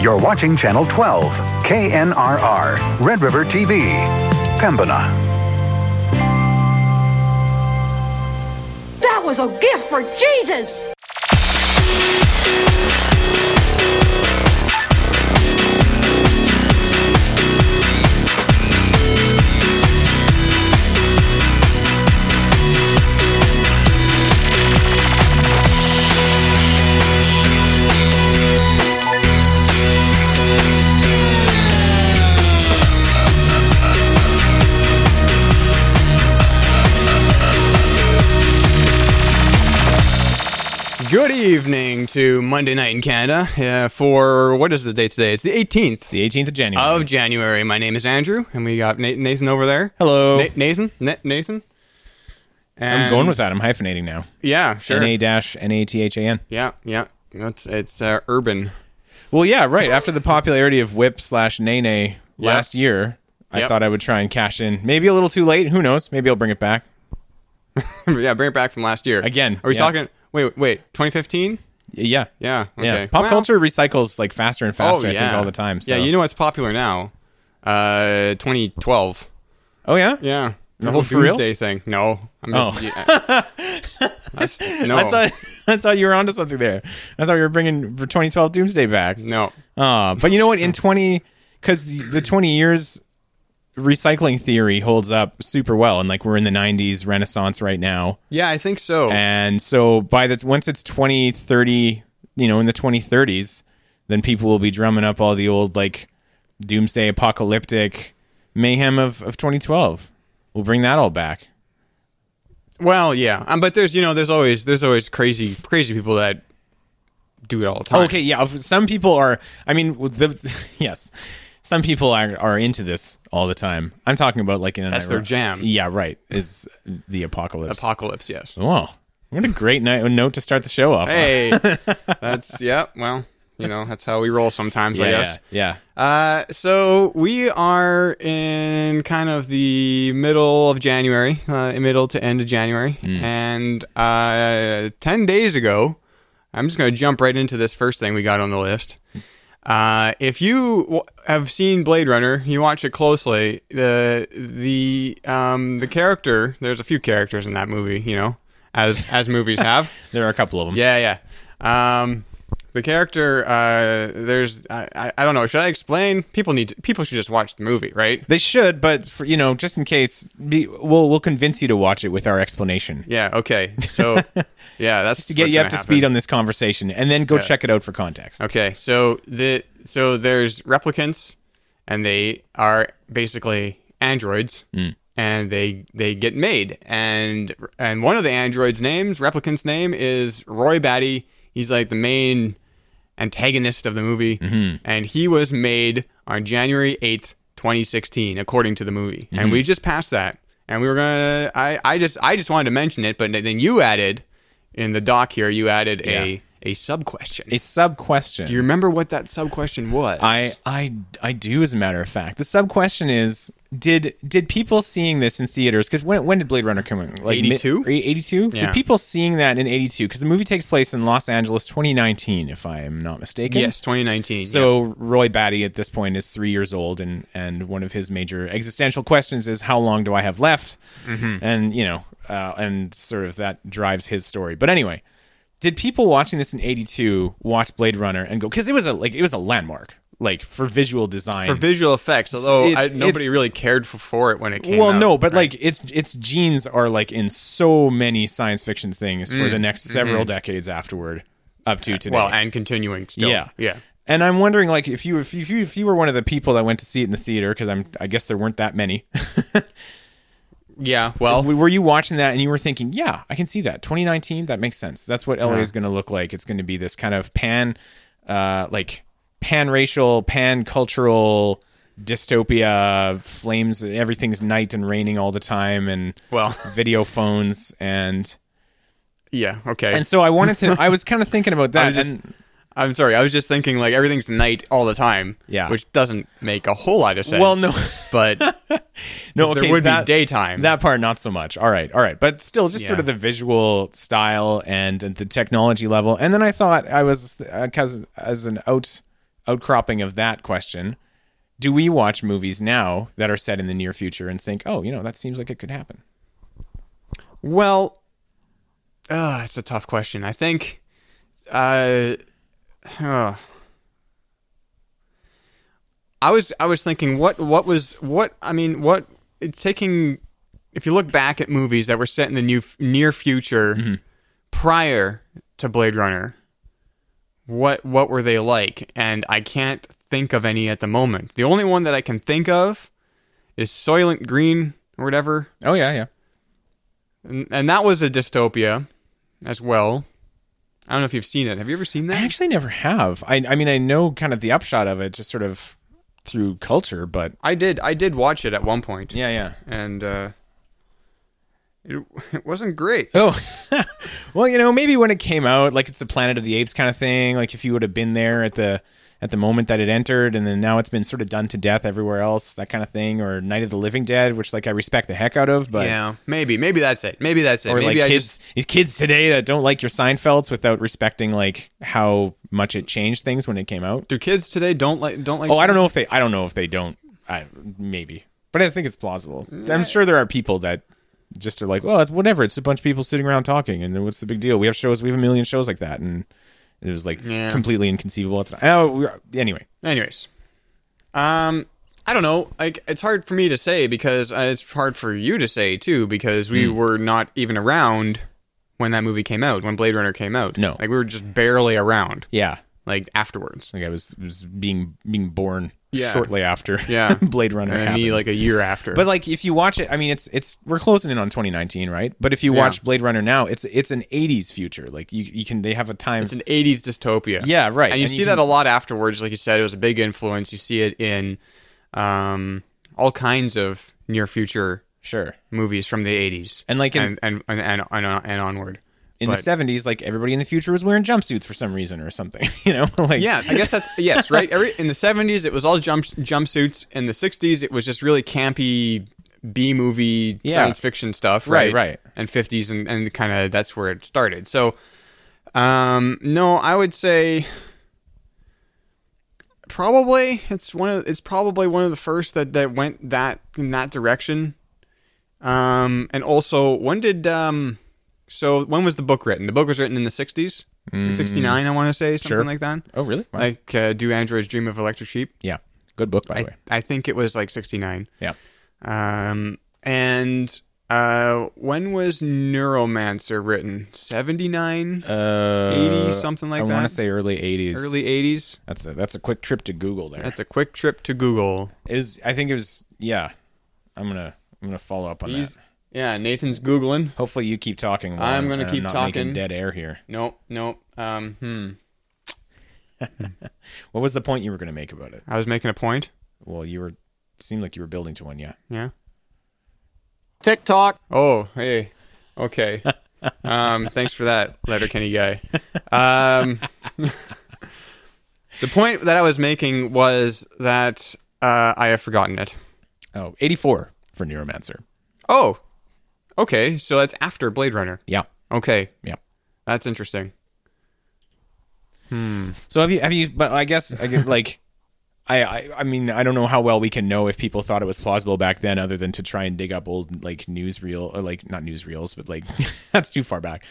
You're watching Channel 12, KNRR, Red River TV, Pembina. That was a gift for Jesus! Good evening to Monday Night in Canada uh, for what is the date today? It's the 18th The 18th of January. of January. My name is Andrew, and we got Na- Nathan over there. Hello. Na- Nathan? Na- Nathan? I'm And- going with that. I'm hyphenating now. Yeah, sure. N A dash N A T H A N. yeah, yeah. That's it's uh, urban. Well, yeah, right. After the popularity of Whip slash Nene last year, I Yep. thought I would try and cash in. Maybe a little too late. Who knows? Maybe I'll bring it back. yeah, bring it back from last year. Again, Are we yeah. talking? Wait, wait. 2015? Y- Yeah. Yeah. Okay. Yeah. Pop Well- culture recycles like faster and faster, oh, I yeah. think, all the time. So. Yeah, you know what's popular now? Uh, 2012. Oh, yeah? Yeah. The Oh, whole for real? Doomsday thing. No. I'm Oh. just, yeah. That's- no. I thought, I thought you were onto something there. I thought you were bringing 2012 Doomsday back. no. Uh, but you know what? In 20, because the, the 20 years recycling theory holds up super well. And like we're in the 90s renaissance right now. Yeah, I think so. And so by the, once it's 20, 30, you know, in the 2030s, then people will be drumming up all the old like doomsday apocalyptic mayhem of, of 2012. We'll bring that all back. well, yeah. Um, but there's, you know, there's always there's always crazy crazy people that do it all the time. Okay, yeah. if Some people are. I mean, with the, yes, some people are, are into this all the time. I'm talking about like in an That's their jam. Yeah, right. Is the apocalypse. Apocalypse, yes. Whoa, what a great night, note to start the show off. on. Hey. that's yeah, well, you know, that's how we roll sometimes, yeah, I yeah, guess. yeah. Uh, so we are in kind of the middle of January, uh, middle to end of January, and uh, ten days ago, I'm just going to jump right into this first thing we got on the list. Uh, if you w- have seen Blade Runner, you watch it closely. the the um, The character, there's a few characters in that movie, you know, as as movies have. There are a couple of them. Yeah, yeah. Um, the character, uh, there's, I, I, I don't know. Should I explain? People need, to, people should just watch the movie, right? They should, but for, you know, just in case, be, we'll we'll convince you to watch it with our explanation Yeah. Okay. So, yeah, that's to get you up to speed on this conversation, and then go check it out for context. Okay. So the so there's replicants, and they are basically androids, and they they get made, and and one of the androids' names, replicants' name is Roy Batty. He's like the main antagonist of the movie, and he was made on January eighth, twenty sixteen, according to the movie. And we just passed that, and we were gonna. I I just I just wanted to mention it, but then you added in the doc here, you added Yeah. a a sub question. A sub question. Do you remember what that sub question was? I I I do as a matter of fact. The sub question is did did people seeing this in theaters cuz when when did Blade Runner come out? Like 82? 82? Yeah. Did people seeing that in 82 cuz the movie takes place in Los Angeles 2019 if I am not mistaken. yes, 2019. yeah. So Roy Batty at this point is 3 years old and and one of his major existential questions is how long do I have left? And you know, uh, and sort of that drives his story. But anyway, did people watching this in 82 watch Blade Runner and go cuz it was a like it was a landmark like for visual design for visual effects, although it- I, it's- nobody really cared for, for it when it came well out. no but like its its genes are like in so many science fiction things for the next several decades afterward up to today well, and continuing still. yeah yeah. and i'm wondering like if you if you if you, if you were one of the people that went to see it in the theater because i'm i guess there weren't that many Yeah, well, W- were you watching that and you were thinking yeah i can see that 2019 that makes sense that's what la is going to look like it's going to be this kind of pan uh like pan racial pan cultural dystopia flames everything's night and raining all the time and well, video phones and yeah, okay. and so I wanted to I was kind of thinking about I that was just- and I'm sorry, I was just thinking like everything's night all the time. Yeah. which doesn't make a whole lot of sense. Well, no. but no there okay would be that- daytime. that part not so much all right all right but still just sort Yeah. of the visual style and, and the technology level and then I thought I was because uh, as an out outcropping of that question, do we watch movies now that are set in the near future and think, oh, you know, that seems like it could happen? Well, uh, it's a tough question. I think, uh, huh. I was I was thinking what what was what I mean what it's taking. If you look back at movies that were set in the new near future prior to Blade Runner, what what were they like? And I can't think of any at the moment. The only one that I can think of is Soylent Green or whatever Oh, yeah, yeah. and, and that was a dystopia as well. I don't know if you've seen it. Have you ever seen I that? actually never have. I, I mean, I know kind of the upshot of it just sort of through culture, but I did. I did watch it at one point. yeah, yeah. and uh, it it wasn't great. Oh, well, you know, maybe when it came out, like it's a Planet of the Apes kind of thing. Like if you would have been there at the at the moment that it entered, and then now it's been sort of done to death everywhere else, that kind of thing, or Night of the Living Dead, which like I respect the heck out of, but yeah, maybe. Maybe that's it. Maybe that's it. or maybe like I kids just these kids today that don't like your Seinfelds without respecting like how much it changed things when it came out. do kids today don't like don't like. Oh, I don't know if they. I don't know if they don't. I maybe, but I think it's plausible. I'm sure there are people that just are like, well, it's whatever. It's a bunch of people sitting around talking, and then what's the big deal? We have shows. We have a million shows like that, and it was like Yeah. completely inconceivable. It's oh, we- anyway, Anyways, um, I don't know. Like, it's hard for me to say because uh, it's hard for you to say too because we Hmm. were not even around when that movie came out, when Blade Runner came out. No. like we were just barely around. yeah. Like afterwards. Like I was was being being born Yeah. shortly after Yeah. Blade Runner. and me happened. like a year after. But like if you watch it, I mean it's it's we're closing in on 2019, right? But if you Yeah. watch Blade Runner now, it's it's an 80s future. Like you, you can they have a time it's an '80s dystopia. Yeah, right. And you And you see that can- a lot afterwards. Like you said, it was a big influence. You see it in um, all kinds of near future sure. movies from the '80s, And, like, in- and and and, and, and, and onward. In But- the 70s like everybody in the future was wearing jumpsuits for some reason or something, you know? Like yeah, I guess that's yes, right. Every in the '70s, it was all jump jumpsuits. In the '60s, it was just really campy B movie Yeah. science fiction stuff. Right, Right, right. And '50s, and and kind of that's where it started. So, um, no, I would say probably it's one of it's probably one of the first that that went that in that direction. Um, and also, when did um. So when was the book written? The book was written in the 60s, 69, I want to say, something Mm. Sure. like that Oh, really? Wow. like uh, do androids dream of electric sheep yeah. Good book by the way. i think it was like 69 Yeah. um and uh when was neuromancer written 79 Uh 80, something like I want that? to say early 80s. early 80s That's a that's a quick trip to Google there. that's a quick trip to google Is I think it was yeah. I'm going to I'm going to follow up on He's, that. yeah nathan's googling Hopefully you keep talking. while I'm gonna and keep not making talking. Dead air here. nope nope um hmm What was the point you were going to make about it? i was making a point Well, you were seemed like you were building to one, yeah. yeah TikTok. oh hey okay um thanks for that letterkenny guy um the point that i was making was that uh i have forgotten it Oh, 84 for Neuromancer. Oh, okay. So that's after Blade Runner. Yeah. Okay, Yeah. that's interesting. So have you have you but I guess I guess, like I, I I mean I don't know how well we can know if people thought it was plausible back then other than to try and dig up old like newsreel or like not newsreels but like that's too far back.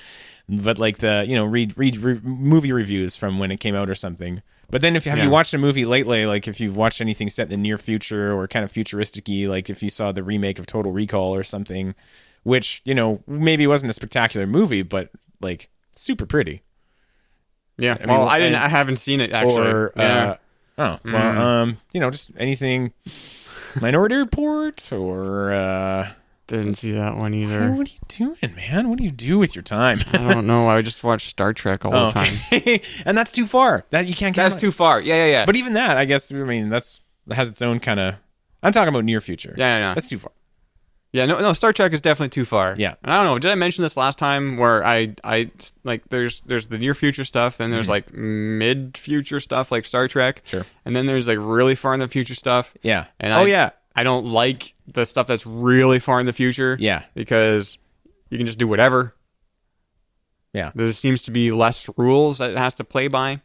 But like the you know read read re- movie reviews from when it came out or something. But then if have Yeah. you watched a movie lately like if you've watched anything set in the near future or kind of futuristicy like if you saw the remake of Total Recall or something which you know maybe wasn't a spectacular movie but like super pretty Yeah. mean, well, I didn't. I- I, haven't seen it actually. or yeah. Hmm. uh, oh well, um, you know, just anything. Minority Report or uh, didn't see that one oh, either. what are you doing, man? What do you do with your time? Oh, I don't know. I just watch Star Trek all the time. Okay. and that's too far. That you can't. count That's on- too far. Yeah, yeah, yeah. But even that, I guess. I mean, that's that has its own kind of. I'm talking about near future. Yeah, yeah, yeah. that's too far. yeah, no, no. Star Trek is definitely too far. Yeah. And I don't know. Did I mention this last time? Where I, I like, there's, there's the near future stuff. Then there's like mid future stuff, like Star Trek. Mm-hmm. Sure. And then there's like really far in the future stuff. Yeah. And oh I, yeah. I don't like the stuff that's really far in the future. Yeah. because you can just do whatever. Yeah. There seems to be less rules that it has to play by.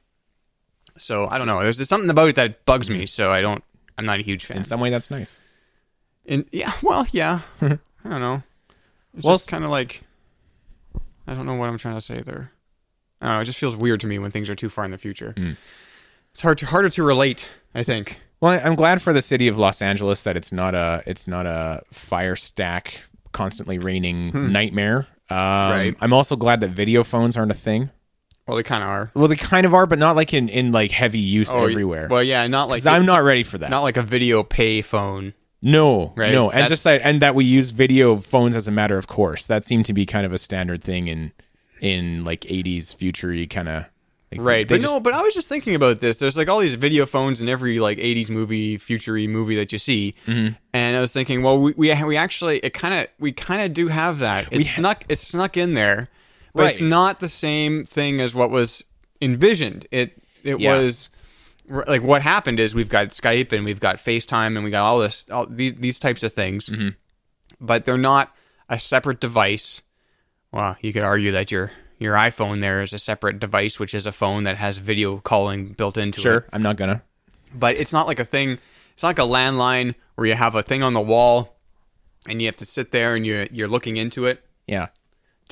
So I don't know. There's, there's something about it that bugs me. So I don't. I'm not a huge fan. In some way, that's nice. And yeah, well, yeah. I don't know. It's Well, just kind of like I don't know what I'm trying to say there. I don't know. It just feels weird to me when things are too far in the future. Hmm. It's hard to, harder to relate. I think. Well, I- I'm glad for the city of Los Angeles that it's not a it's not a fire stack constantly raining nightmare. Um, Hmm. Right. I'm also glad that video phones aren't a thing. Well, they kind of are. Well, they kind of are, but not like in in like heavy use Oh, everywhere. Well, yeah, not like 'Cause I'm it's- not ready for that. Not like a video pay phone. no, Right, no, and that's- just that and that we use video phones as a matter of course. That seemed to be kind of a standard thing in in like 80s future kind of. Like, Right, they but just- no, but I was just thinking about this. There's like all these video phones in every like '80s movie, future movie that you see, Mm-hmm. and I was thinking, well, we we, we actually it kind of we kind of do have that. It's snuck it's snuck in there, but it's Right. not the same thing as what was envisioned. It it Yeah. was r- like what happened is we've got Skype and we've got FaceTime and we got all this all these these types of things, Mm-hmm. but they're not a separate device. Well, you could argue that your your iPhone there is a separate device, which is a phone that has video calling built into sure, it. I'm not gonna. But it's not like a thing. It's not like a landline where you have a thing on the wall and you have to sit there and you're you're looking into it. Yeah.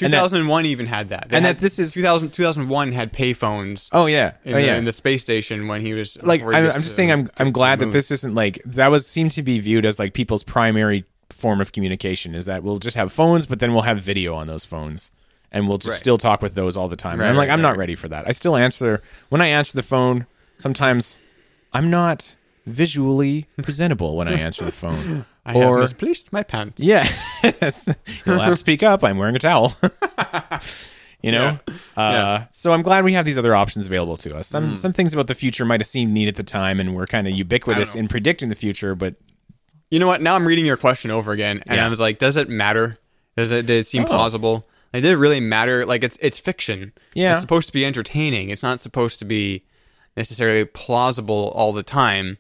And that- 2001 even had that. They and had- that this is- 2000, 2001 had payphones. Oh yeah. In, oh the, yeah. in the space station when he was like before he I'm, I'm gets just to- saying I'm to I'm the glad that moon. this isn't like that was seemed to be viewed as like people's primary form of communication is that we'll just have phones but then we'll have video on those phones and we'll just Right. still talk with those all the time. And Right, I'm like right, I'm right, not right. ready for that. I still answer when I answer the phone sometimes I'm not visually presentable when I answer the phone. I have misplaced my pants. Yeah. Yes. You'll have to speak up. I'm wearing a towel. you know? Uh, Yeah. Mm. So I'm glad we have these other options available to us. Some, some things about the future might have seemed neat at the time, and we're kind of ubiquitous know. in predicting the future, but You know what? Now I'm reading your question over again, and Yeah. Oh. I was like, does it matter? Does it, did it seem plausible? Like, did it really matter? Like, it's it's fiction. Yeah. it's supposed to be entertaining. It's not supposed to be necessarily plausible all the time.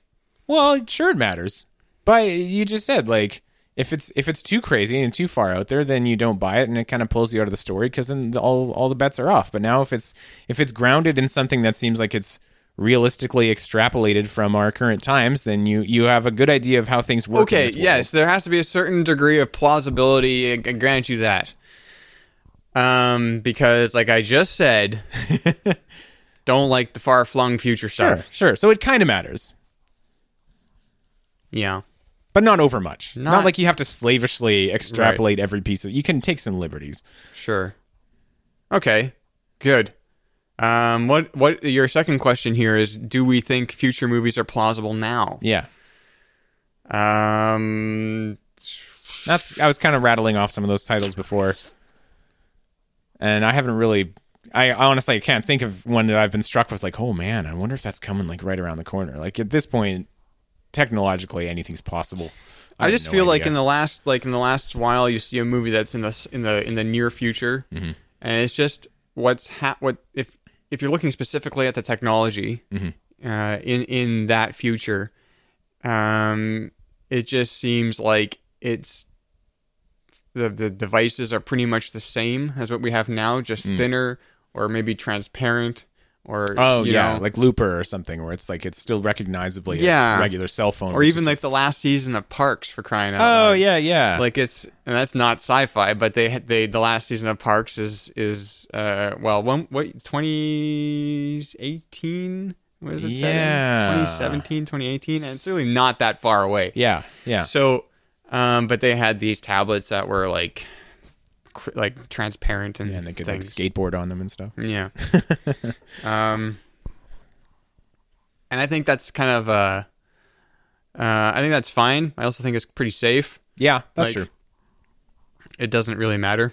Well, it sure it matters. But you just said like if it's if it's too crazy and too far out there, then you don't buy it, and it kind of pulls you out of the story because then the, all all the bets are off. But now if it's if it's grounded in something that seems like it's realistically extrapolated from our current times, then you you have a good idea of how things work. in Okay, this world. yes, there has to be a certain degree of plausibility. I I grant you that. Um, because like I just said, don't like the far flung future sure, stuff. sure. So it kind of matters, Yeah. but not overmuch. Not, Not- like you have to slavishly extrapolate every piece of. You can take some liberties. Sure. Okay. Good. Um, what what your second question here is? Do we think future movies are plausible now? Yeah, Um, That's I was kind of rattling off some of those titles before, and I haven't really. I honestly I can't think of one that I've been struck with. Like, oh man, I wonder if that's coming like right around the corner. Like at this point, technologically, anything's possible. I have just no feel like idea. in the last like in the last while you see a movie that's in the s- in the in the near future, Mm-hmm. and it's just what's ha- what if if you're looking specifically at the technology Mm-hmm. uh, in in that future, um, it just seems like it's the the devices are pretty much the same as what we have now, just Mm. thinner or maybe transparent or oh you yeah, know, like Looper or something, where it's like it's still recognizably Yeah. a regular cell phone, or it's even just- like the last season of Parks for crying out Oh loud. yeah, yeah. like it's and that's not sci-fi but they they the last season of parks is is uh well when what 2018 what is it set in? Yeah. 2017 2018 and it's really not that far away yeah, yeah. so um but they had these tablets that were like cr- like transparent and, and they could like things. skateboard on them and stuff. Yeah. um, and I think that's kind of uh, uh, I think that's fine. I also think it's pretty safe. Yeah, that's Like, true. It doesn't really matter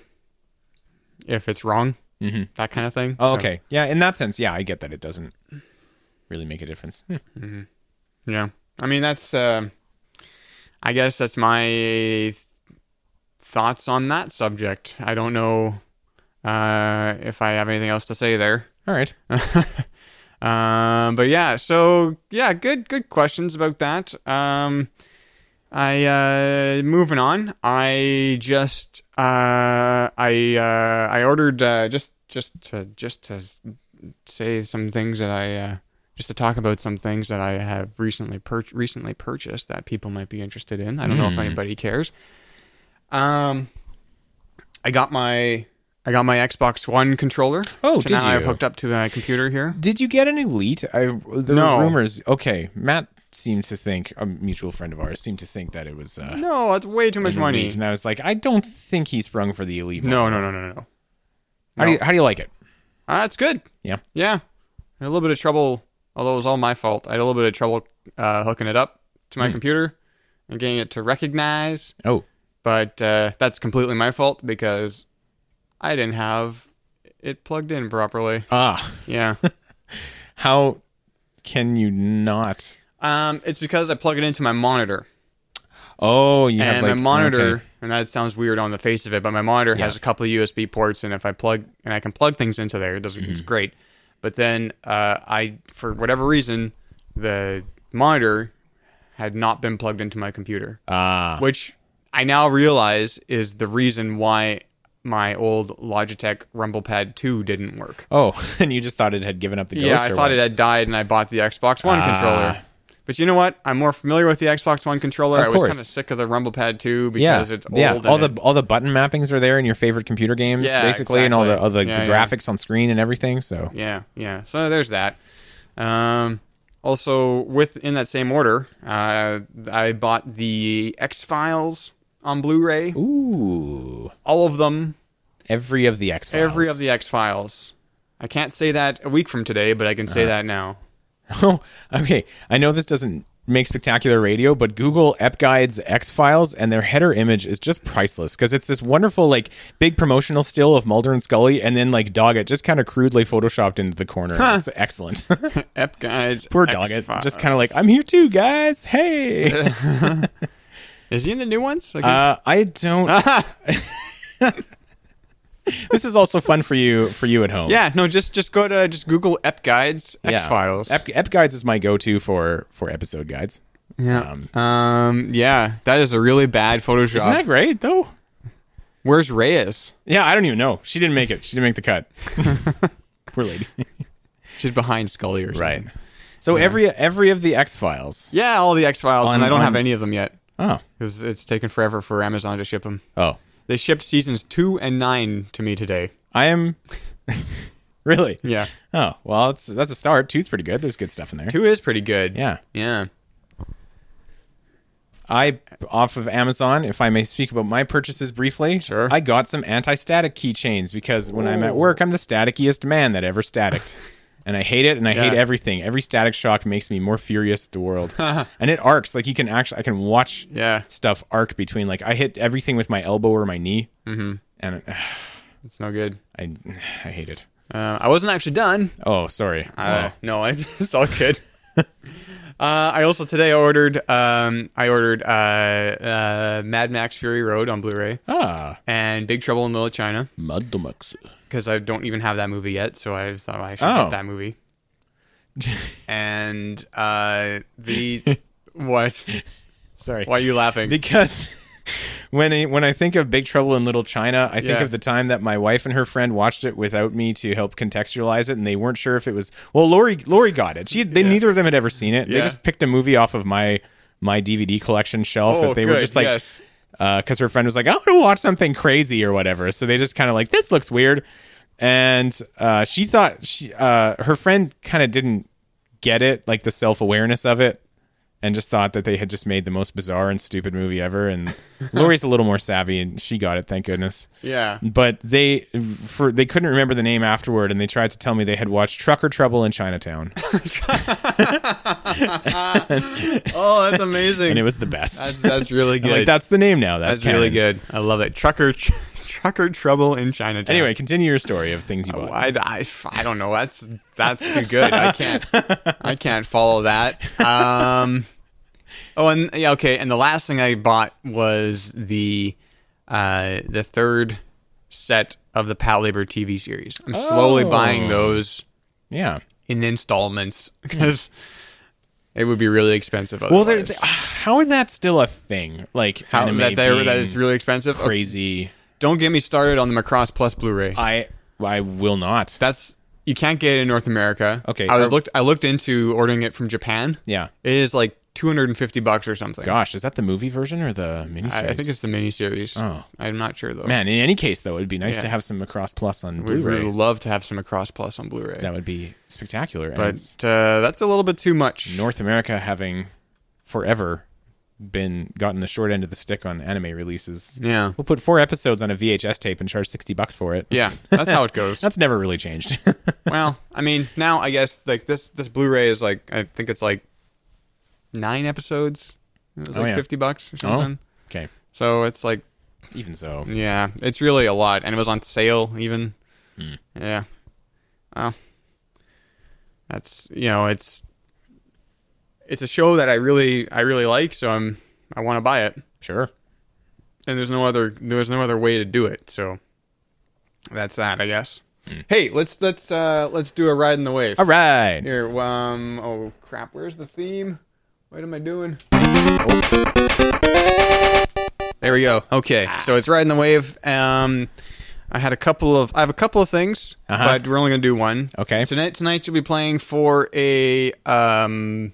if it's wrong, mm-hmm. that kind of thing. Oh, So, okay, yeah. In that sense, yeah, I get that it doesn't really make a difference. Hmm. Yeah. I mean, that's. um I guess that's my th- thoughts on that subject. I don't know uh, if I have anything else to say there. All right. Um, but yeah, so yeah, good good questions about that. Um, I uh, moving on. I just uh, I uh, I ordered uh, just just to just to say some things that I uh, just to talk about some things that I have recently pur- recently purchased that people might be interested in. I don't Hmm. know if anybody cares. Um, I got my I got my Xbox One controller. Oh, which did now I've you? hooked up to my computer here. Did you get an elite? I there No. were rumors. Okay, Matt seemed to think a mutual friend of ours seemed to think that it was uh, No, that's way too much an money. elite, and I was like, I don't think he sprung for the elite. No, no, no, no, no. no. How do you, how do you like it? Ah, that's good. Yeah. Yeah. I had a little bit of trouble, although it was all my fault. I had a little bit of trouble uh, hooking it up to Hmm. my computer and getting it to recognize, Oh, but uh, that's completely my fault because I didn't have it plugged in properly. ah, Yeah. how can you not? um, it's because I plug it into my monitor. Oh, you have and like my monitor, okay. and that sounds weird on the face of it, but my monitor has Yeah. a couple of USB ports, and if I plug and I can plug things into there, it doesn't. It's Mm-hmm. great, but then uh, I, for whatever reason, the monitor had not been plugged into my computer, Ah, which I now realize is the reason why my old Logitech RumblePad 2 didn't work. oh, and you just thought it had given up the ghost. yeah, I or thought what? it had died, and I bought the Xbox One Ah. controller. But you know what? I'm more familiar with the Xbox One controller. Of I was course. kind of sick of the RumblePad 2 Yeah, because it's old. yeah. and All the it- all the button mappings are there in your favorite computer games, Yeah, basically, and all the exactly. all the, Yeah, the yeah. graphics on screen and everything. So Yeah, yeah. So there's that. Um, also, with in that same order, uh, I bought the X Files on Blu-ray. ooh, All of them, every of the X Files, every of the X Files. I can't say that a week from today, but I can say Uh-huh. that now. Oh, okay. I know this doesn't make spectacular radio, but Google EpGuides X Files and their header image is just priceless because it's this wonderful, like, big promotional still of Mulder and Scully, and then like Doggett just kind of crudely photoshopped into the corner. It's excellent. Ep guys, Poor Doggett, just kind of like, I'm here too, guys. Hey, Is he in the new ones? Like he's- uh, I don't. this is also fun for you for you at home. yeah, no, just just go to just Google Ep Guides Yeah. X Files. Ep, EpGuides is my go-to for for episode guides. yeah. Um, yeah, that is a really bad Photoshop. Isn't that great though? Where's Reyes? Yeah, I don't even know. She didn't make it. She didn't make the cut. Poor lady. She's behind Scully or something. So every every of the X Files. Yeah, all the X Files, On- and I don't on- have any of them yet Oh. because it's taken forever for Amazon to ship them. Oh. They shipped seasons two and nine to me today. I am. really. Yeah, Oh well, that's that's a start. Two's pretty good. There's good stuff in there. two is pretty good. Yeah. yeah. I off of Amazon, if I may speak about my purchases briefly. Sure. I got some anti-static keychains because when I'm at work, I'm the staticiest man that ever staticked. And I hate it, and I Yeah. hate everything. Every static shock makes me more furious at the world, and it arcs. Like you can actually, I can watch Yeah. stuff arc between. Like I hit everything with my elbow or my knee, mm-hmm. and uh, It's no good. I, I hate it. Uh, I wasn't actually done. Oh, sorry. Uh, No, it's, it's all good. Uh, I also today ordered um, I ordered uh, uh, Mad Max Fury Road on Blu-ray oh. ah, and Big Trouble in Little China Madamax. because I don't even have that movie yet, so I thought I should Oh. get that movie. and uh, the what? Sorry. Why are you laughing? because when I, when I think of Big Trouble in Little China, I think Yeah. of the time that my wife and her friend watched it without me to help contextualize it, and they weren't sure if it was. Well, Lori Lori got it. She they neither of them had ever seen it. They Yeah. just picked a movie off of my my DVD collection shelf Oh, that they were good, just like. yes. Because her friend was like, "I want to watch something crazy or whatever," so they just kind of like, "This looks weird," and uh, she thought she uh, her friend kind of didn't get it, like the self awareness of it, and just thought that they had just made the most bizarre and stupid movie ever. And Lori's a little more savvy, and she got it, thank goodness. yeah. But they for they couldn't remember the name afterward, and they tried to tell me they had watched Trucker Trouble in Chinatown, Oh, that's amazing. and it was the best. that's that's really I'm good. like that's the name now. That's, that's really canon." good. I love it. Trucker tr- trucker trouble in Chinatown. Anyway, continue your story of things you bought. I, I, I don't know. That's that's too good. I can't I can't follow that. Um, oh, and yeah, okay. And the last thing I bought was the uh, the third set of the Pat Labor TV series. I'm slowly Oh. buying those yeah. in installments because it would be really expensive. Hmm. Well, Otherwise. there- there- how is that still a thing? Like How, anime that, they, that being is really expensive. Okay, crazy. Don't get me started on the Macross Plus Blu-ray. I I will not. That's you can't get it in North America. Okay. I was Are- looked I looked into ordering it from Japan. Yeah. It is like 250 bucks or something. Gosh, is that the movie version or the miniseries? I, I think it's the miniseries. Oh. I'm not sure though. man. In any case, though, it'd be nice Yeah. to have some Macross Plus on we Blu-ray. would love to have some Across Plus on Blu-ray. That would be spectacular. And but it's uh, that's a little bit too much. North America having forever been gotten the short end of the stick on anime releases. Yeah. We'll put four episodes on a VHS tape and charge 60 bucks for it. Yeah, that's how it goes. That's never really changed. well, I mean, now I guess like this this Blu-ray is like I think it's like nine episodes. It was Oh, like yeah. 50 bucks or oh, something. okay. So it's like Even so, yeah, it's really a lot and it was on sale even. Yeah. Well, that's you know, it's it's a show that I really I really like, so I'm I want to buy it. sure. and there's no other there's no other way to do it so that's that i guess hey let's let's uh let's do a ride in the wave All right. here um oh crap where's the theme what am i doing there we go okay Ah. so it's riding the wave um i had a couple of i have a couple of things Uh-huh. but we're only gonna do one Okay. tonight tonight you'll be playing for a um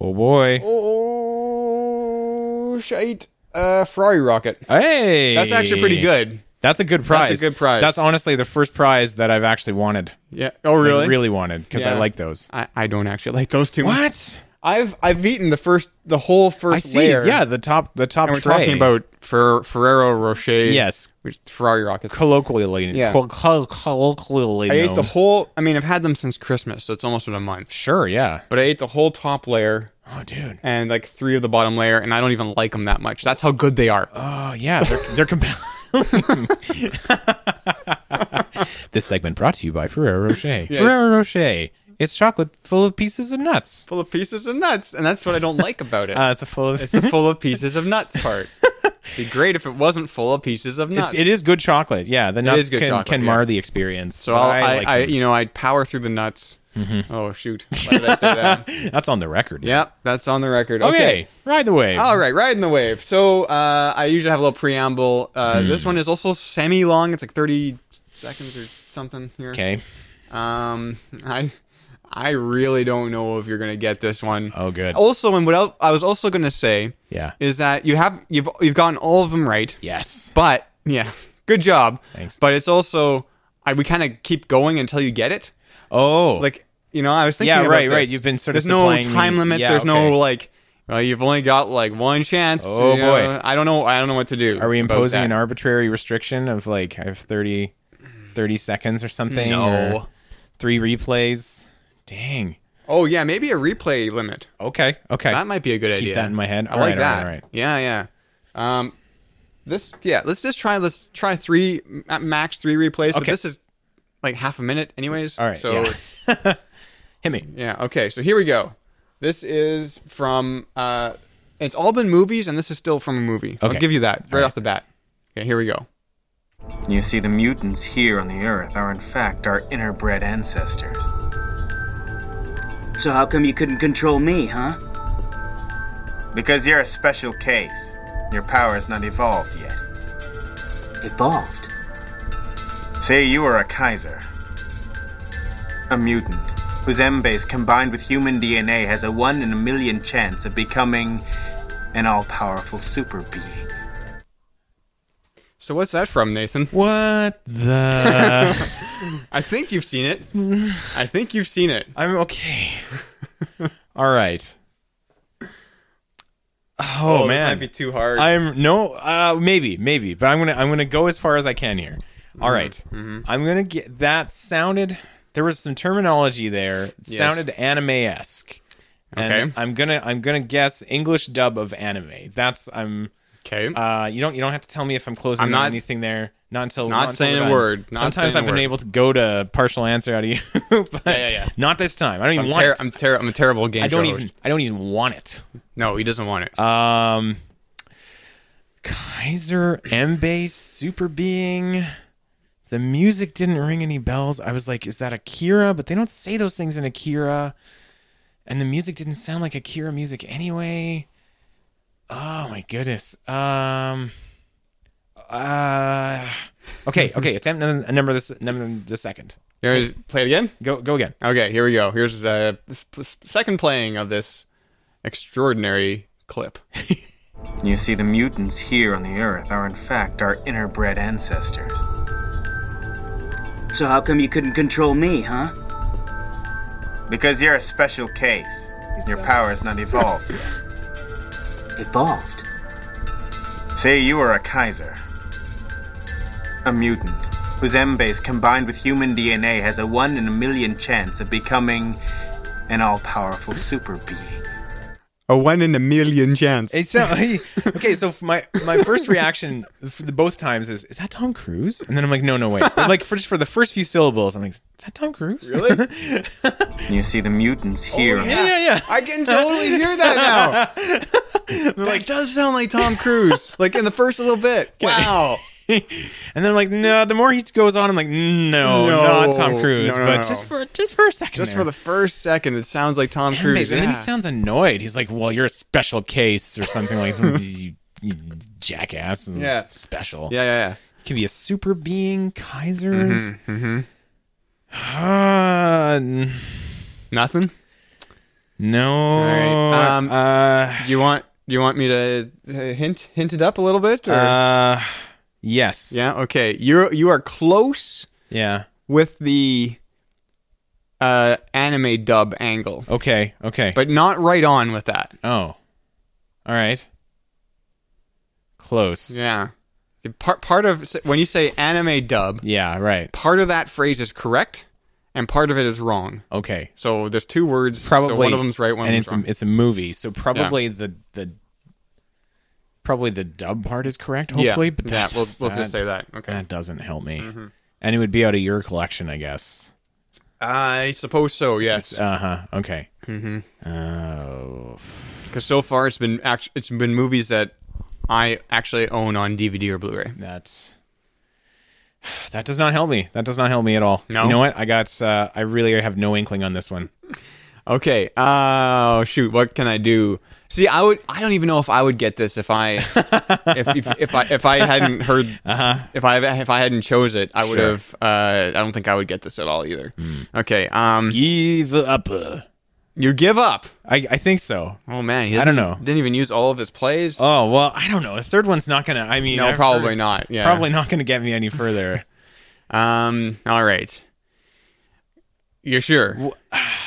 Oh boy. oh shite uh ferrari rocket Hey. that's actually pretty good That's a good prize. That's a good prize. That's honestly the first prize that I've actually wanted. Yeah. Oh, I really? really wanted because I Yeah. like those. I, I don't actually like those two. What? I've I've eaten the first the whole first I see. layer. Yeah, the top the top And we're tray. talking about Fer- Ferrero Rocher. Yes. Which is Ferrari rockets. colloquially. Yeah. col- col- colloquially. I ate known. the whole. I mean, I've had them since Christmas, so it's almost been a month. Sure, yeah. But I ate the whole top layer Oh, dude. and like three of the bottom layer, and I don't even like them that much. That's how good they are. Oh, yeah. They're, they're compelling. this segment brought to you by Ferrero Rocher. Ferrero Rocher. It's chocolate full of pieces of nuts. full of pieces of nuts, and that's what I don't like about it. Uh, it's a full of. it's the full of pieces of nuts part. Be great if it wasn't full of pieces of nuts. It's, it is good chocolate. Yeah, the nuts is good can, chocolate, can mar yeah. the experience. So but I'll, I, like I, them. Mm-hmm. you know, I'd power through the nuts. Oh shoot! Why did I say that? that's on the record. Yep, that's on the record. Okay. Okay. Ride the wave. All right, riding the wave. So uh, I usually have a little preamble. Uh, Hmm. This one is also semi-long. It's like thirty seconds or something here. Okay. Um, I I really don't know if you're gonna get this one. Oh, good. Also, and what el- I was also gonna say, Yeah. is that you have you've you've gotten all of them right. Yes. But yeah, good job. Thanks. But it's also I, we kind of keep going until you get it. Oh, like you know i was thinking Yeah, about right, this. right. You've been sort of there's no supplying me- time limit yeah, there's okay. no like well, you've only got like one chance Oh, you know. boy. i don't know i don't know what to do are we about imposing that. an arbitrary restriction of like I have 30, 30 seconds or something? No. or three replays. Dang. oh yeah maybe a replay limit Okay. Okay. that might be a good Keep idea that in my head. i All like right, all that right, all right. yeah yeah um this yeah let's just try let's try three at max three replays but Okay. this is like half a minute anyways all right. so yeah. it's Hit me. Yeah. Okay. So here we go. This is from. Uh, it's all been movies, and this is still from a movie. Okay. I'll give you that right, right. off the bat. Okay. Here we go. You see, the mutants here on the Earth are in fact our interbred ancestors. So how come you couldn't control me, huh? Because you're a special case. Your power is not evolved yet. Evolved. Say you are a Kaiser. A mutant whose M base combined with human DNA has a 1 in a million chance of becoming an all powerful super being. So what's that from, Nathan? What the? I think you've seen it. I think you've seen it. I'm okay. all right. Oh, this man. might be too hard. I'm no, uh, maybe, maybe, but I'm gonna I'm gonna go as far as I can here. All Mm-hmm. right. I'm gonna get that sounded. There was some terminology there. It Yes. Sounded anime esque. Okay. I'm gonna I'm gonna guess English dub of anime. That's I'm. okay. Uh, you don't you don't have to tell me if I'm closing I'm on not- anything there. Not until not until saying we're a done. word, not saying Sometimes a I've been word. able to go to partial answer out of you. but yeah, yeah. Not this time. I don't even I'm, want. ter- it. I'm, ter- I'm a terrible game. I don't show even. host. I don't even want it. No, he doesn't want it. Um, Kaiser M bass super being. The music didn't ring any bells. I was like, is that Akira? But they don't say those things in Akira. And the music didn't sound like Akira music anyway. Oh my goodness. Um Uh, okay, okay. Attempt num- number this number the second. You want me to play it again? Go go again. Okay, here we go. Here's uh, s- s- second playing of this extraordinary clip. You see, the mutants here on the Earth are in fact our interbred ancestors. So how come you couldn't control me, huh? Because you're a special case. Your power is not evolved yet. Evolved. Say you were a Kaiser, a mutant whose M base combined with human DNA has a 1 in a million chance of becoming an all powerful super being. A one in a million chance. It's so okay. So f- my my first reaction for the both times is is that Tom Cruise? And then I'm like, no, no, wait. But like for just for the first few syllables, I'm like, is that Tom Cruise? Really? You see the mutants here. yeah, yeah, yeah. I can totally hear that now. like, does sound like Tom Cruise, like in the first little bit. Wow. And then I'm like, no. The more he goes on, I'm like, no, No. not Tom Cruise. No, no, but no. just for just for a second, Just there. for the first second, it sounds like Tom And Cruise. then yeah. he sounds annoyed. He's like, "Well, you're a special case or something like that. You, you jackass. Yeah. special. yeah, yeah, yeah. Can be a super being, Kaisers. Mm-hmm, Uh, n- Nothing. no. right, um, uh, Do you want? Do you want me to uh, hint hint it up a little bit? Or? uh, yes. yeah. Okay. You're you are close Yeah. with the uh, anime dub angle, Okay. Okay. but not right on with that. oh, all right. Close. Yeah. Part part of when you say anime dub, Yeah. Right. part of that phrase is correct and part of it is wrong. Okay. So there's two words. probably so one of them's right, one and of it's them's wrong. a, it's a movie, so probably the the probably the dub part is correct. Hopefully, yeah, but yeah, that we'll, let's just say that. Mm-hmm. Okay. that doesn't help me. And it would be out of your collection, I guess. I suppose so. Yes, Uh huh. Okay. because so far it's been act- it's been movies that I actually own on DVD or Blu-ray. That's that does not help me. That does not help me at all. No? You know what? I got. Uh, I really have no inkling on this one. Okay. Oh shoot, what can I do? See, I would. I don't even know if I would get this if I if, if, if I if I hadn't heard if I if I hadn't chose it, I would Uh-huh. Sure. Hmm. have. Uh, I don't think I would get this at all either. Okay. Um, Give up. I you give up. I think so. Oh man, he I hasn't- don't know. Didn't even use all of his plays. Oh well, I don't know. The third one's not gonna. I mean, no, I've probably heard- not. Yeah, Probably not gonna get me any further. Um. All right. You're sure? You're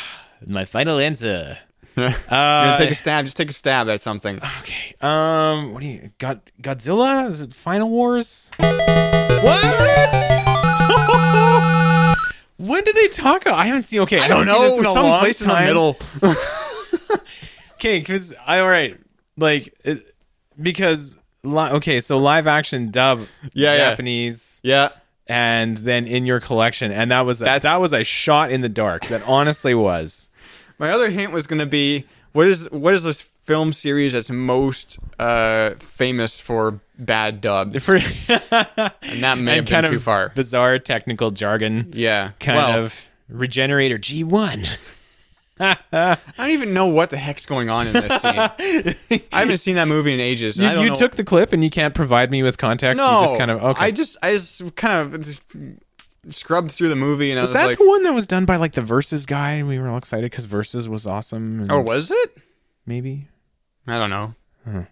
My final answer. gonna take a stab. Just take a stab at something. Uh, Okay. Um. What do you God Godzilla? Is it Final Wars? What? when did they talk? About? I haven't seen. Okay, I, haven't seen this in a long Someplace in the time. middle. Okay, because I all right. Like it, because li- okay, so live action dub, Yeah, yeah. Japanese, Yeah. and then in your collection, and that was a, That's- that was a shot in the dark. That honestly was. My other hint was gonna be what is what is this film series that's most uh famous for bad dubs? For- and that may have and been kind of too far. bizarre technical jargon. Yeah. Kind Well, of regenerator G one. I don't even know what the heck's going on in this scene. I haven't seen that movie in ages. and You, I don't you know- took the clip and you can't provide me with context. No, you just kind of okay. I just I just kind of just scrubbed through the movie and I was was that like, the one that was done by like the Versus guy, and we were all excited because Versus Oh, was awesome. and or oh, was it? maybe? I don't know.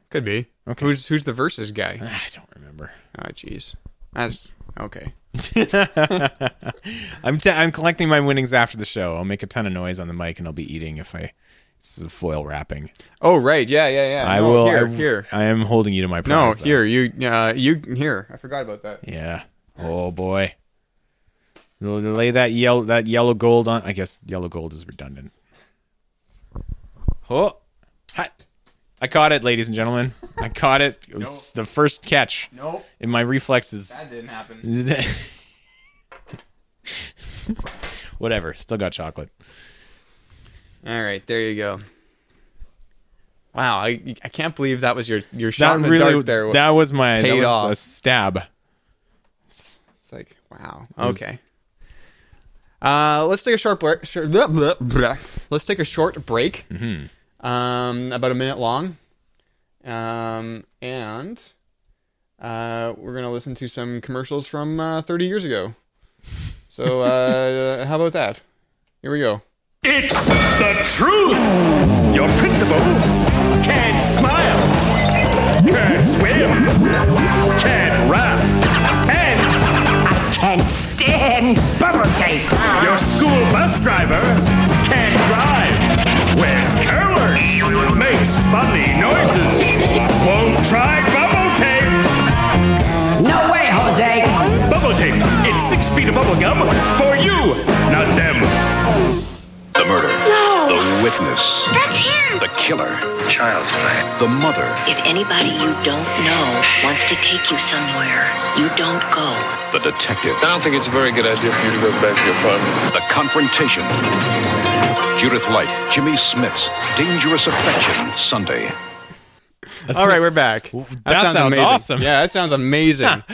Could be. Hmm. Okay. Who's who's the versus guy? I don't remember. Oh, jeez. That's okay. I'm t- I'm collecting my winnings after the show. I'll make a ton of noise on the mic, and I'll be eating if I. This is foil wrapping. Oh right, yeah, yeah, yeah. I No, will. here. I, here. I am holding you to my No, promise. though. here you. Uh, you here. I forgot about that. Yeah. Oh boy. L- Lay that yellow that yellow gold on. I guess yellow gold is redundant. Oh, hot. I caught it, ladies and gentlemen. I caught it. It was the first catch Nope, in my reflexes. didn't happen. Whatever. Still got chocolate. All right, there you go. Wow, I, I can't believe that was your your shot That in the really. dark there. that was my. that paid was off. a stab. it's like wow. was- Okay. Uh, let's take a short break. Short, blah, blah, blah. Let's take a short break. Mm-hmm. Um, about a minute long. Um, and uh, we're going to listen to some commercials from uh, 30 years ago. So, uh, how about that? Here we go. It's the truth. Your principal can't smile, can't swim, can't rap, and I can't stand bubble tape. Your school bus driver can't drive, wears curlers, makes funny noises, won't try bubble tape. No way, Jose! Bubble tape. It's six feet of bubble gum for you, not them. The murder. The witness. The killer. Child's play. The mother. If anybody you don't know wants to take you somewhere, you don't go. The detective. I don't think it's a very good idea for you to go back to your apartment. The confrontation. Judith Light, Jimmy Smits, Dangerous Affection, Sunday. All right, we're back. That, sounds amazing. awesome. Yeah, that sounds amazing.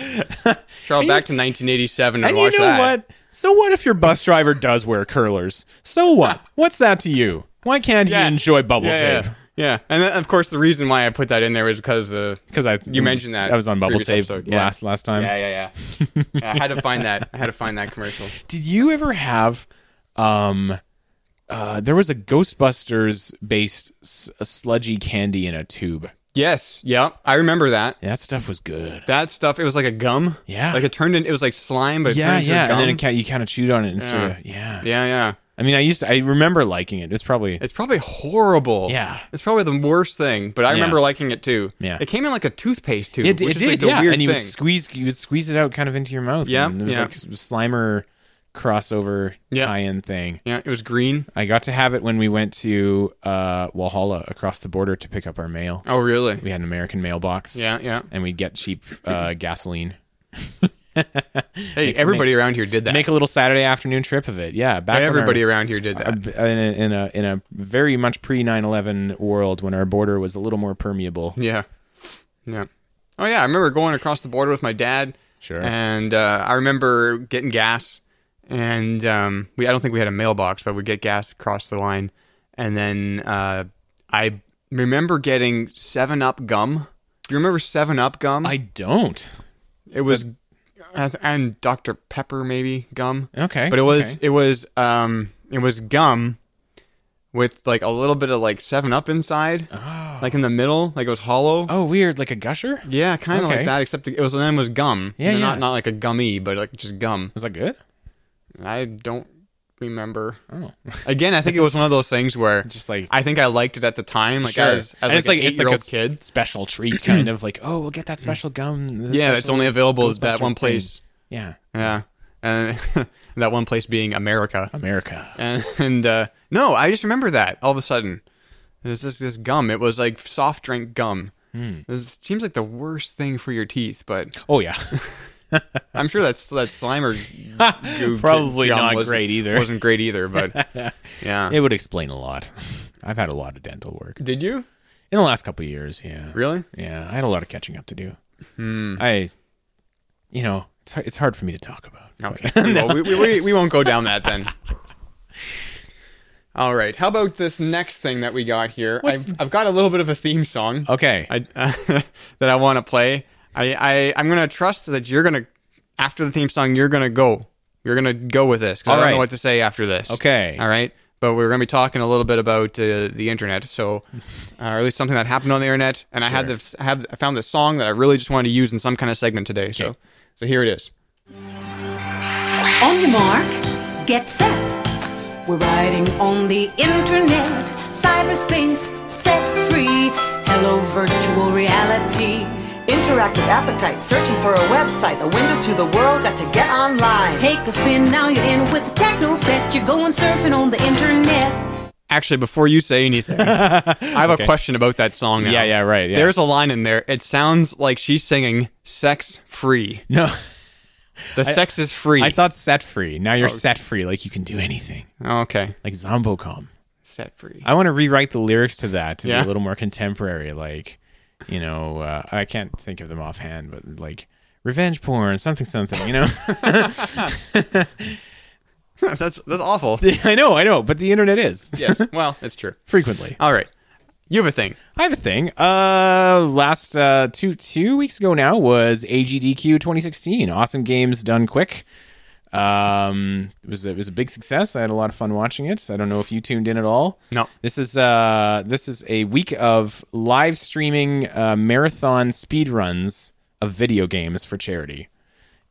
Let's travel back to 1987 and, And you watch know that. what? So what if your bus driver does wear curlers? So what? What's that to you? Why can't Yeah. he enjoy bubble yeah, yeah, tape? Yeah. and then, of course the reason why I put that in there was because uh, Because I you mentioned that I was on bubble previous tape episode. Yeah. last last time. Yeah, yeah, yeah. yeah. I had to find that. I had to find that commercial. Did you ever have um uh there was a Ghostbusters based s- a sludgy candy in a tube. Yes, yeah, I remember that. That stuff was good. That stuff. It was like a gum. Yeah. like it turned in. It was like slime, but it yeah, turned into yeah, a gum. and then it, ca- you kind of chewed on it and Yeah. sort of yeah. yeah, yeah. I mean, I used to, I remember liking it. It's probably It's probably horrible. Yeah. it's probably the worst thing. But I remember Yeah. liking it too. Yeah. it came in like a toothpaste tube. which It, it is, did, like, the yeah. Weird and you thing. would squeeze, you would squeeze it out kind of into your mouth. Yeah, and there was yeah. like s- Slimer crossover Yeah. tie-in thing. yeah, it was green. I got to have it when we went to uh, Walhalla across the border to pick up our mail. Oh, really? We had an American mailbox. Yeah, yeah. and we'd get cheap uh, gasoline. Hey, everybody around here did that. Make a little Saturday afternoon trip of it. Yeah, back when our- everybody around here did that. uh, b- in a, in a in a very much pre 9-11 world when our border was a little more permeable. Yeah. Yeah. Oh yeah, I remember going across the border with my dad. Sure. And uh, I remember getting gas, and um, we I don't think we had a mailbox, but we get gas across the line, and then uh, I remember getting Seven Up gum. Do you remember Seven Up gum? I don't. it was and Dr Pepper maybe gum. Okay, But it was okay. it was um it was gum with like a little bit of like Seven Up inside, like in the middle, like it was hollow. Oh, weird, like a gusher. Yeah, kind of Okay. like that, except it was then was gum. Yeah, Not- yeah. Not not like a gummy, but like just gum. Was that good? I don't remember. Oh. Again, I think it was one of those things where Just like- I think I liked it at the time, like as, as And like it's like an it's like a eight-year-old s- kid. Mm. special treat, kind of like oh, we'll get that special gum. the Yeah, it's special only available at Ghostbusters that one thing. place. Yeah, Yeah, and that one place being America. America. And, and uh, no, I just remember that all of a sudden. There's this this gum. It was like soft drink gum. Hmm. It, was- it seems like the worst thing for your teeth, but Oh yeah, I'm sure that's that Slimer goo Probably gum not wasn't- great either. Wasn't great either, but yeah. it would explain a lot. I've had a lot of dental work Did you in the last couple of years. Yeah, really? Hmm. Yeah, I had a lot of catching up to do. I, you know, it's hard, it's hard for me to talk about. Okay. well, we, we, we, we won't go down that then. All right. How about this next thing that we got here? I've, I've got a little bit of a theme song. Okay. I, that I want to play. I, I I'm gonna trust that you're gonna after the theme song you're gonna go. You're gonna go with this. 'cause I All don't right. know what to say after this. Okay. All right. But we're gonna be talking a little bit about uh, the internet, so uh, or at least something that happened on the internet. And I had this I had I found this song that I really just wanted to use in some kind of segment today. So so here it is. On your mark, get set. We're riding on the internet. Cyberspace set free. Hello, virtual reality. Interactive appetite, searching for a website, a window to the world, got to get online. Take a spin, now you're in with the techno set. You're going surfing on the internet. Actually, before you say anything, I have a question about that song. Now. Yeah, yeah, right, yeah. There's a line in there. It sounds like she's singing "sex free." No, The sex is free. Oh. I thought set free. Now you're set free. Like you can do anything. okay, Like Zombocom. set free. I want to rewrite the lyrics to that to Yeah. be a little more contemporary. Like, you know, uh, I can't think of them offhand, but like revenge porn, something, something. You know, that's that's awful. I know, I know, but the internet is yes. Well, it's true. frequently. All right. You have a thing. I have a thing. Uh, last uh, two two weeks ago now was AGDQ 2016. Awesome games done quick. Um, it was it was a big success. I had a lot of fun watching it. I don't know if you tuned in at all. No. This is uh this is a week of live streaming uh, marathon speed runs of video games for charity.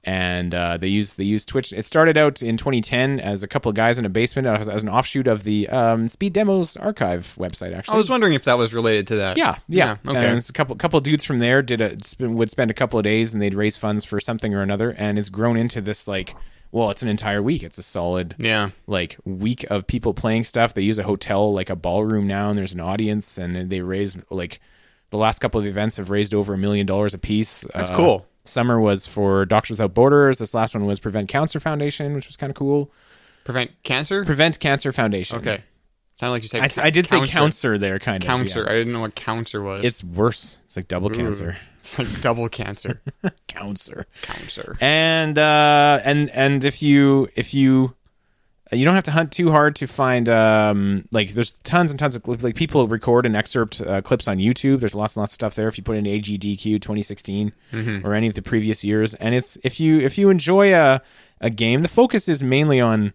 And uh, they use they use Twitch. It started out in 2010 as a couple of guys in a basement as, as an offshoot of the um, Speed Demos Archive website. Actually, I was wondering if that was related to that. yeah, yeah. okay. And it's a couple couple dudes from there did a sp- would spend a couple of days and they'd raise funds for something or another, and it's grown into this like, well, it's an entire week. It's a solid yeah. like week of people playing stuff. They use a hotel like a ballroom now, and there's an audience, and they raise like the last couple of events have raised over a million dollars apiece. Uh, That's cool. Summer was for Doctors Without Borders. This last one was Prevent Cancer Foundation, which was kind of cool. Prevent cancer? Prevent Cancer Foundation. okay. Sounded like you said I, ca- I did say counselor. counselor there, kind of. yeah. Counselor. I didn't know what counselor was. It's worse. It's like double cancer. It's like double cancer. Counselor. counselor. and uh and and if you if you uh, you don't have to hunt too hard to find um like there's tons and tons of like people record and excerpt uh, clips on YouTube. There's lots and lots of stuff there if you put in AGDQ 2016 or any of the previous years. And it's if you if you enjoy a a game, the focus is mainly on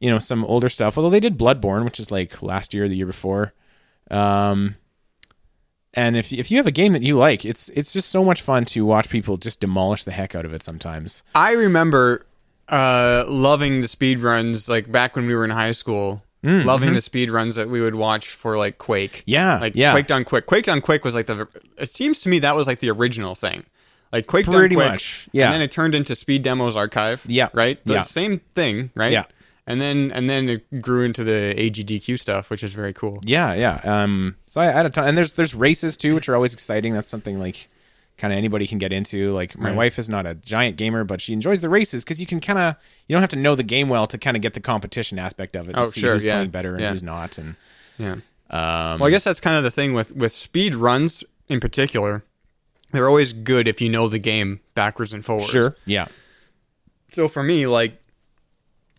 you know some older stuff. Although they did Bloodborne, which is like last year, or the year before. Um, and if if you have a game that you like, it's it's just so much fun to watch people just demolish the heck out of it sometimes. I remember uh, loving the speed runs like back when we were in high school. loving the speed runs that we would watch for like Quake. Mm, mm-hmm. Yeah, like yeah. Quake done quick. Quake done quick was like the. It seems to me that was like the original thing. Like Quake Pretty done quick, much, yeah. And then it turned into Speed Demos Archive. Yeah, right. The yeah. same thing, right? Yeah. And then and then it grew into the AGDQ stuff, which is very cool. Yeah, yeah. Um, so I, I had a ton, and there's there's races too, which are always exciting. That's something like kind of anybody can get into. Like my wife is not a giant gamer, but she enjoys the races because you can kind of you don't have to know the game well to kind of get the competition aspect of it. Oh, and see sure, who's yeah, playing better and yeah. who's not, and Yeah. Um, well, I guess that's kind of the thing with with speed runs in particular. They're always good if you know the game backwards and forwards. yeah, So for me, like,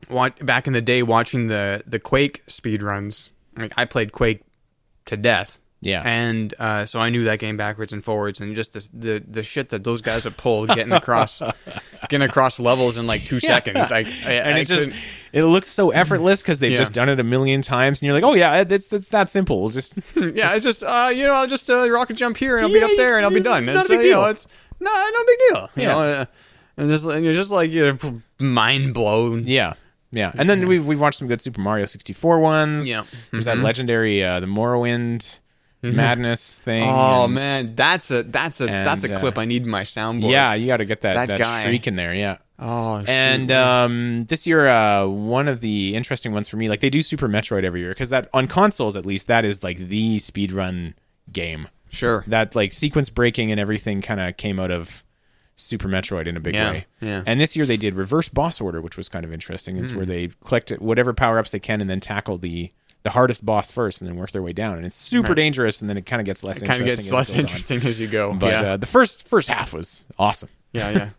wa- back in the day, watching the the Quake speed runs, like I played Quake to death. Yeah. And uh, so I knew that game backwards and forwards, and just this, the the shit that those guys would pull getting across getting across levels in like two seconds. I, I, and I it just couldn't- it looks so effortless because they've Yeah. just done it a million times, and you're like, oh yeah, it's it's that simple. We'll Just Yeah, it's just uh, you know, I'll just uh, rocket jump here and I'll Yeah, be up there and I'll be it's done. not It's, a big uh, you know, deal. it's no, no big deal. You Yeah. know, uh, and just and you're just like you're mind blown. Yeah. Yeah. And then we've, we've watched some good Super Mario 64 ones. Yeah. Mm-hmm. There's that legendary uh, the Morrowind madness thing. Oh and- man, that's a that's a that's and, a uh, clip I need in my soundboard. Yeah, you got to get that, That that, guy. shriek in there. Yeah. Oh, And um, this year, uh, one of the interesting ones for me, like they do Super Metroid every year because that on consoles at least, that is like the speedrun game. sure. That like sequence breaking and everything kind of came out of Super Metroid in a big Yeah, way. yeah. Hmm. And this year they did reverse boss order, which was kind of interesting. It's where they collect whatever power ups they can and then tackle the the hardest boss first and then work their way down. And it's super dangerous and then it kind of gets less kind interesting. of gets as less it goes on. interesting as you go. But yeah. uh, the first first half was awesome. yeah, yeah.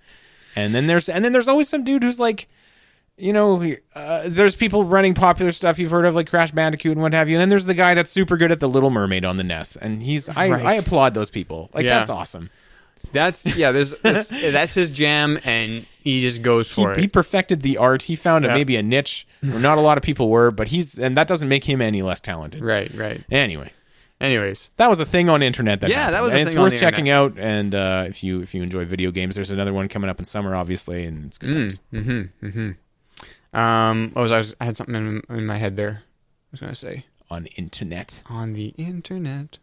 And then there's and then there's always some dude who's like, you know, he- uh, there's people running popular stuff you've heard of like Crash Bandicoot and what have you. And then there's the guy that's super good at the Little Mermaid on the NES, and he's I, Right. I applaud those people. Like Yeah. that's awesome. That's yeah. There's, that's, that's his jam, and he just goes He, for he it. perfected the art. He found Yeah. a, maybe a niche where not a lot of people were, but he's and that doesn't make him any less talented. Right, right. Anyway, Anyways, that was a thing on internet. That Yeah, happened, that was a and it's thing on worth the checking out. And uh, if you if you enjoy video games, there's another one coming up in summer, obviously, and it's good Hmm. times. um, what was I, I was I had something in, in my head there. I was gonna say. on internet. on the internet.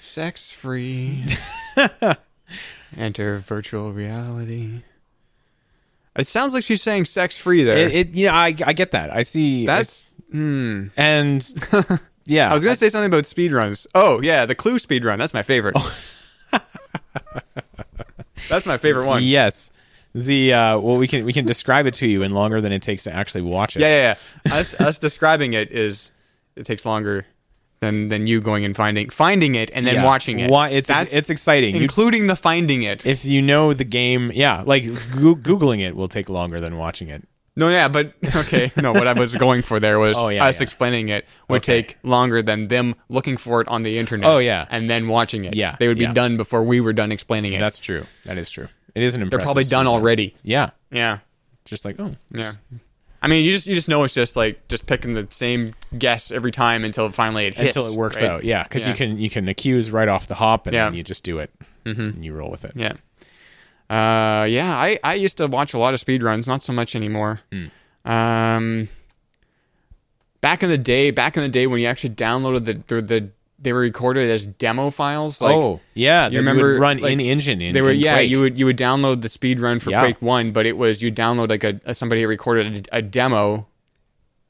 Sex free. Enter virtual reality. It sounds like she's saying sex free there. It, it yeah, I, I get that. I see. I That's. hmm. s- and yeah, I was going to say something about speedruns. Oh, yeah, the Clue speedrun. That's my favorite. Oh. That's my favorite one. Yeah, yes. The uh, well, we can we can describe it to you in longer than it takes to actually watch it. yeah, yeah. Us, us describing it is. It takes longer than than you going and finding finding it and then Yeah. watching it. Why- it's- it's exciting. You- Including the finding it. If you know the game, yeah, like goo- googling it will take longer than watching it. No, yeah, but okay. No, what I was going for there was Oh, yeah, us yeah. explaining it would Okay. take longer than them looking for it on the internet. Oh, yeah. and then watching it. Yeah, they would be yeah. done before we were done explaining it. That's true. That is true. It is an They're impressive. probably done speed. already. Yeah. Yeah, Just like oh yeah. I mean, you just you just know it's just like just picking the same guess every time until finally it hits until it works right? out. Yeah, because Yeah. you can you can accuse right off the hop, and Yeah. Mm-hmm. then you just do it and you roll with it. Yeah. Uh, yeah, I, I used to watch a lot of speedruns, not so much anymore. Hmm. Um, back in the day, back in the day when you actually downloaded the, the, the they were recorded as demo files. Like, oh yeah, you remember run like, in engine in they were in yeah Quake. you would you would download the speed run for Yeah. Quake One, but it was you download like a, a somebody had recorded a, a demo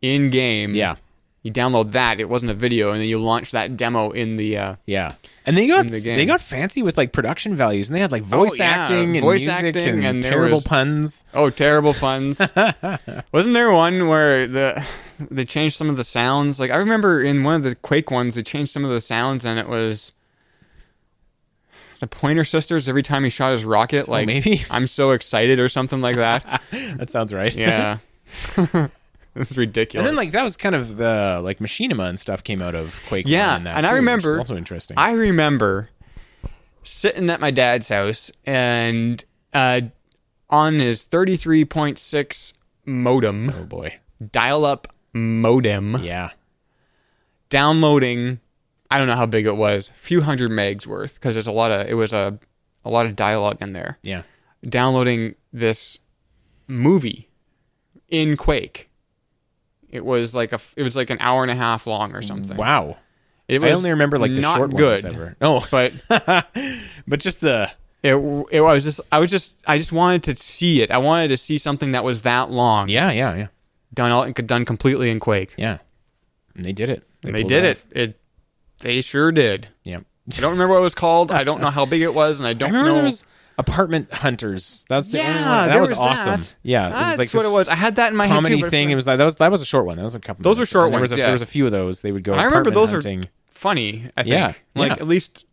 in game. Yeah. you download that. It wasn't a video, and then you launch that demo in the uh, yeah. And they got in the game. Oh, they got fancy with like production values, and they had like voice yeah, acting and voice music acting, and, and there terrible was- puns. Oh, terrible puns! Wasn't there one where the they changed some of the sounds? Like I remember in one of the Quake ones, they changed some of the sounds, and it was the Pointer Sisters. Every time he shot his rocket, like Oh, maybe. I'm so excited or something like that. That sounds right. yeah, it was ridiculous. And then like that was kind of the like machinima and stuff came out of Quake. Yeah, 1 and, that and I too, which is remember- also interesting. I remember sitting at my dad's house and uh, on his 33.6 modem, oh boy, dial-up modem. yeah, downloading I don't know how big it was, a few hundred megs worth because there's a lot of it was a a lot of dialogue in there. yeah. Downloading this movie in Quake. It was like a f- it was like an hour and a half long or something. Wow. It I was only remember like the not short good, ones ever. Oh, But but just the it, w- it was just I was just I just wanted to see it. I wanted to see something that was that long. yeah, yeah, yeah, Done all done completely in Quake. yeah. And they did it. and they pulled did it. off. It they sure did. Yeah. I don't remember what it was called. I don't know how big it was, and I I don't remember know. there was apartment hunters. That's the only one. Yeah, That there was, was awesome. that. Yeah, it was That's like what this it was. I had that in my comedy head too, but thing. It was like that was that was a short one. That was a couple. Those were minutes. short And there was ones, a- yeah. There was a few of those. They would go. I remember apartment those hunting. are funny. I think Yeah, like yeah. at least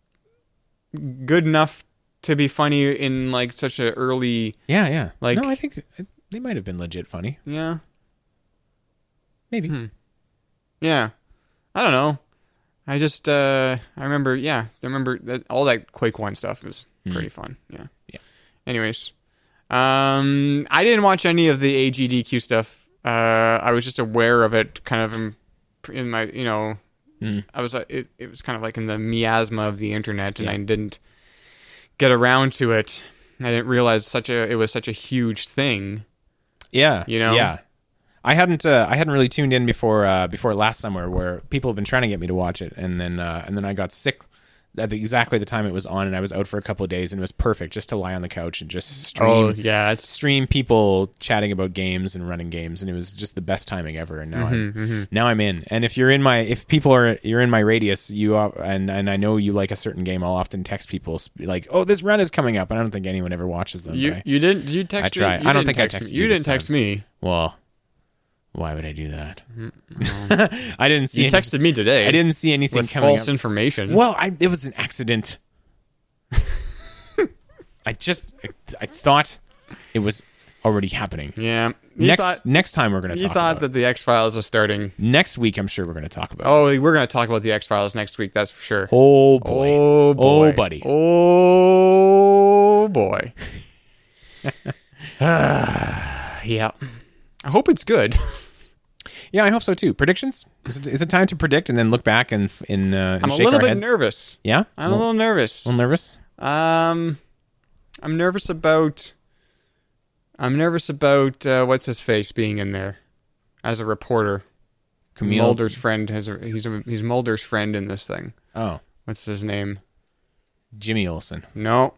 good enough to be funny in like such an early Yeah, yeah. like- no, I think th- they might have been legit funny. yeah Maybe. Hmm. yeah. I don't know. I just uh I remember yeah I remember that all that Quake One stuff was pretty fun yeah Hmm. Yeah. Anyways, um I didn't watch any of the AGDQ stuff. Uh, I was just aware of it kind of in, in my you know Hmm. I was uh, it, it was kind of like in the miasma of the internet, and I didn't get around to it. I didn't realize such a it was such a huge thing. Yeah. You know? Yeah. I hadn't uh, I hadn't really tuned in before uh, before last summer where people have been trying to get me to watch it and then uh, and then I got sick at the, exactly the time it was on and I was out for a couple of days and it was perfect just to lie on the couch and just stream Oh, yeah, it's stream people chatting about games and running games and it was just the best timing ever and Mm-hmm, now I'm now I'm in and if you're in my if people are you're in my radius you are, and and I know you like a certain game I'll often text people sp- like oh this run is coming up and I don't think anyone ever watches them you but I- you didn't you text I try. me. You I don't didn't think I text texted me. you You this didn't text time. me. well, why would I do that? I didn't see. You any- texted me today. I didn't see anything with coming false up. information. well, I, it was an accident. I just, I, I thought it was already happening. Yeah. You next, thought, next time we're gonna. you talk thought about that the X Files was starting. it. next week I'm sure we're gonna talk about. it. Oh, we're gonna talk about the X Files next week. That's for sure. Oh boy! Oh boy. Oh buddy! Oh boy. yeah. I hope it's good. Yeah, I hope so too. Predictions? Is it, is it time to predict and then look back and f- and, uh, and I'm a shake little our bit heads? nervous. Yeah, I'm a little nervous. little nervous. Um I'm nervous about I'm nervous about uh, what's his face being in there as a reporter. Camille. Mulder's friend has a, he's a, he's Mulder's friend in this thing. Oh, What's his name? Jimmy Olsen. No.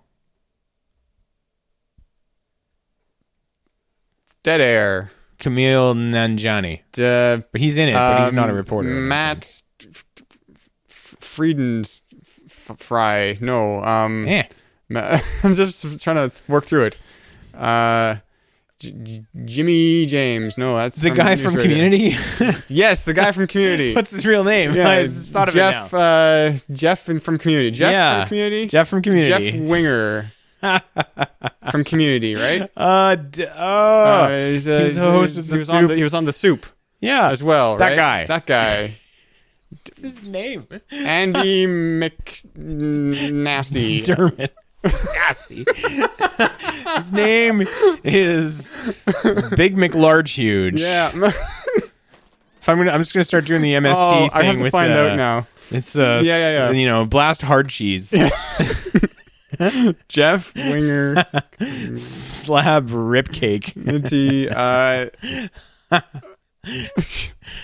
Dead air. Camille Nanjani. Uh, But he's in it, but he's not a Um, reporter. I don't think. Matt F- F- Frieden's F- Fry. No. Um, Eh. Ma- I'm just trying to work through it. Uh, J- J- Jimmy James. No, that's The guy News from Radio. Community? Yes, the guy from Community. What's his real name? I just thought of it Jeff. now. Uh, Jeff and from Community. Jeff Yeah, from Community. Jeff from Community. Jeff Winger. from Community, right? Uh, d- uh, Uh, he's, uh, he's the host of he the was on Soup. He was on the Soup yeah, as well. That right? guy. That guy. What's his name? Andy McNasty. Dermot. Nasty. his name is Big McLarge Huge. Yeah. If I'm gonna, I'm just gonna start doing the MST oh, thing I have to with find uh, out now. It's uh, Yeah, yeah, yeah. You know, blast hard cheese, Jeff Winger slab rib cake. I'm Community. Uh,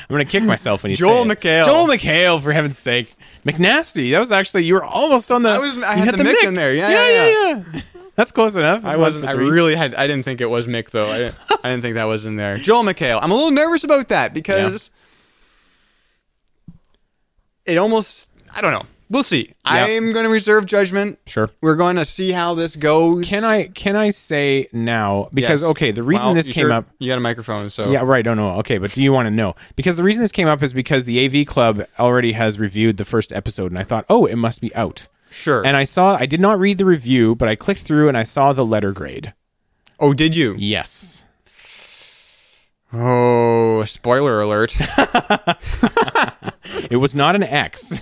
gonna kick myself when you Joel say it. McHale. Joel McHale, for heaven's sake. McNasty. That was actually you were almost on the. I was- I you had the Mick in there. Yeah, yeah, yeah. That's close enough. That's I one wasn't. for I three. really had. I didn't think it was Mick though. I didn't, I didn't think that was in there. Joel McHale. I'm a little nervous about that because it almost. I don't know. We'll see. I'm going to reserve judgment. Sure. We're going to see how this goes. Can I can I say now because Yes. okay the reason Well, this you came sure- up You got a microphone, so yeah right don't know okay but do you want to know because the reason this came up is because the AV Club already has reviewed the first episode and I thought oh it must be out sure. and I saw I did not read the review but I clicked through and I saw the letter grade oh, did you? yes Oh, spoiler alert! it was not an X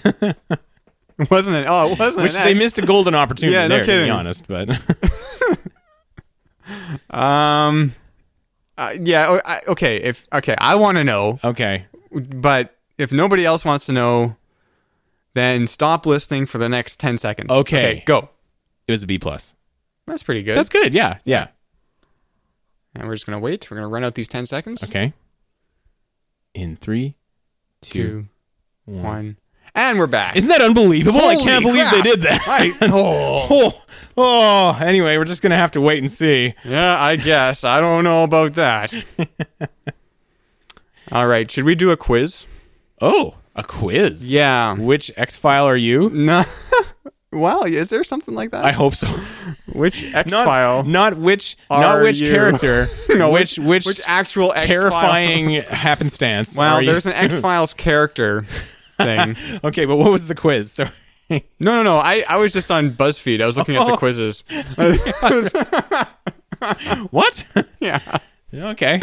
wasn't it? Oh, it wasn't. which an they X. missed a golden opportunity Yeah, no there to be kidding. honest but Um. uh, yeah. oh, I, okay. If okay, I want to know. okay but if nobody else wants to know, then stop listening for the next 10 seconds. Okay. go. it was a B plus That's pretty good. that's good yeah yeah And we're just going to wait. We're going to run out these 10 seconds. okay in three two Two, one. And we're back. Isn't that unbelievable? I Holy can't believe crap. they did that. Right. Oh. Oh, oh, anyway, we're just going to have to wait and see. yeah, I guess. I don't know about that. All right. Should we do a quiz? Oh, a quiz. Yeah. Which X file are you? No. well, is there something like that? I hope so. Which X Not, file? not which, Are not which you- character. No, which, which, which actual X-File? terrifying happenstance. Well, are you- there's an X Files character thing. okay, but what was the quiz? So, No, no, no. I, I was just on BuzzFeed. I was looking at Oh. the quizzes. what? yeah. okay.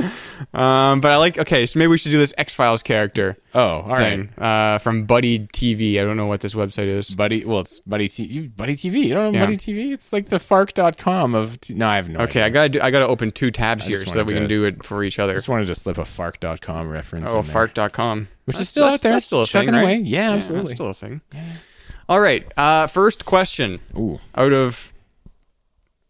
Um, but I like, okay, so maybe we should do this X Files character Oh, all right, thing uh, from Buddy TV. I don't know what this website is. buddy. Well, it's buddy. T- you- buddy TV. You don't know Yeah. buddy TV? It's like the Fark.com of. T- no, I have no. Okay, idea. I gotta do, I gotta open two tabs here just so that we wanted can to- do it for each other. I just wanted to slip a Fark.com reference. Oh, in there. fart.com. Which is That's- still that's- out there, That's still a chugging thing, right? away. Yeah, that's absolutely. still a thing. All right. Uh, first question Ooh. out of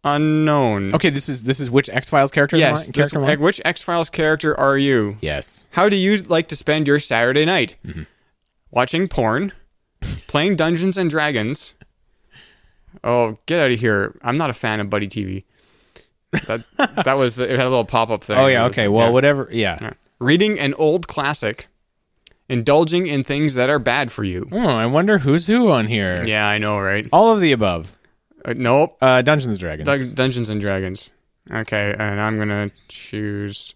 unknown. Okay, this is this is which X Files character? Yes. is mine? this- character mine? which X Files character are you? Yes. How do you like to spend your Saturday night? Mm-hmm. Watching porn, playing Dungeons and Dragons. Oh, get out of here! I'm not a fan of Buddy TV. That that was the, it had a little pop up thing. Oh yeah. It was- Okay. Well, yeah. whatever. Yeah. Yeah. Reading an old classic, indulging in things that are bad for you. Oh, I wonder who's who on here. Yeah, I know, right? All of the above. Uh, nope. Uh, Dungeons and Dragons. Dun- Dungeons and Dragons. Okay, and I'm gonna choose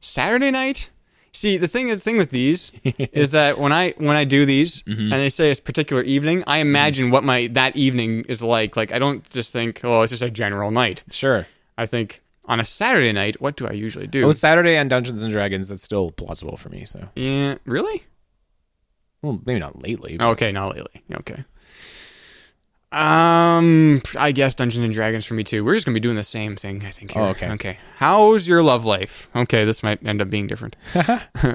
Saturday night. See, the thing the thing with these is that when I when I do these and they say it's particular evening, I imagine what my that evening is like. Like I don't just think, oh, it's just a general night. sure. I think on a Saturday night, what do I usually do? Oh, Saturday and Dungeons and Dragons. That's still plausible for me. So, yeah, really? well, maybe not lately. but- Okay, not lately. Okay. Um, I guess Dungeons and Dragons for me too. We're just gonna be doing the same thing, I think. Here. Oh, okay. Okay. How's your love life? Okay, this might end up being different.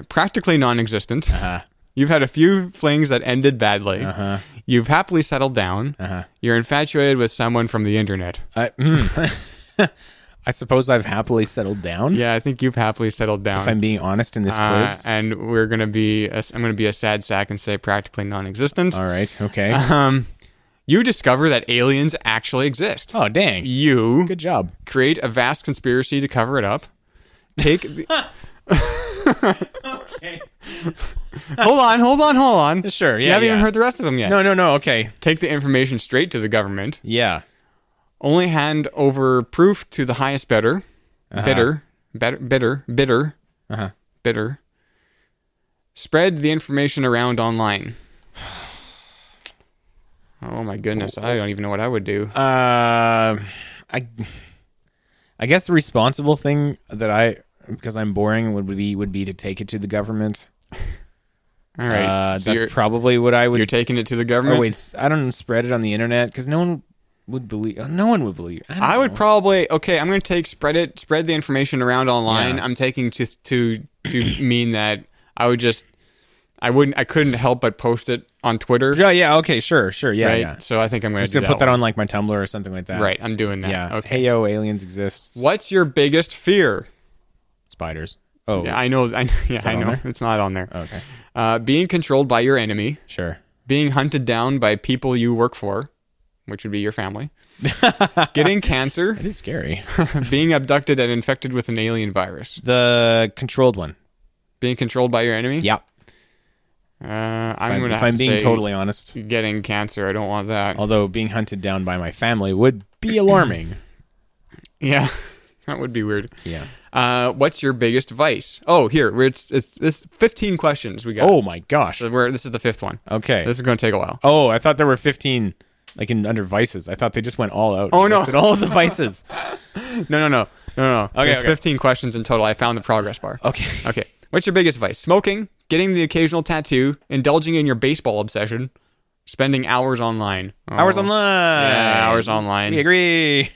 Practically non-existent. Uh-huh. You've had a few flings that ended badly. Uh-huh. You've happily settled down. Uh-huh. You're infatuated with someone from the internet. I, mm. I suppose I've happily settled down. Yeah, I think you've happily settled down. If I'm being honest in this Uh, quiz. and we're gonna be, a, I'm gonna be a sad sack and say practically non-existent. All right. Okay. Um, you discover that aliens actually exist. oh, dang. you Good job. create a vast conspiracy to cover it up. Take. The- hold on, hold on, hold on. Sure, you yeah, haven't even yeah. heard the rest of them yet. No, no, no. Okay. Take the information straight to the government. Yeah. Only hand over proof to the highest bidder. Uh-huh. Bidder, better, bidder, bidder, bidder. Spread the information around online. Oh my goodness! I don't even know what I would do. Um, I I guess the responsible thing that I because I'm boring would be would be to take it to the government. All right, Uh, so you're- that's probably what I would. You're taking it to the Or government. wait, s- I don't know, spread it on the internet because no one would believe. uh, No one would believe. I, don't I would know. probably okay. I'm going to take spread it, spread the information around online. Yeah. I'm taking to to to mean that I would just, I wouldn't, I couldn't help but post it on Twitter. Yeah, yeah, okay, sure, sure, yeah, right. yeah. I'm So I think I'm going just to gonna put that on like my Tumblr or something like that. Right, I'm doing that. Yeah. Okay. Okay. Hey yo, aliens exist. What's your biggest fear? Spiders. Oh, Yeah, I know. I, yeah, that I on know. there? It's not on there. Okay. Uh, being controlled by your enemy, Sure. being hunted down by people you work for, which would be your family, getting cancer, It is scary. being abducted and infected with an alien virus, the controlled one. being controlled by your enemy. Yeah. Uh, I'm If gonna. if have I'm to being say totally honest, getting cancer. I don't want that. although being hunted down by my family would be alarming. yeah, that would be weird. yeah. Uh, what's your biggest vice? Oh, here we're- it's it's this 15 questions we got. Oh my gosh. So we're, this is the fifth one. Okay. This is going to take a while. oh, I thought there were 15 like in under vices. I thought they just went all out. and Oh, no. listed all of the vices. No, no, no, no, no. Okay, There's okay. Oh. 15 questions in total. I found the progress bar. Okay. Okay. What's your biggest vice? Smoking, getting the occasional tattoo, indulging in your baseball obsession, spending hours online. Oh. Hours online. Yeah, hours online. We agree.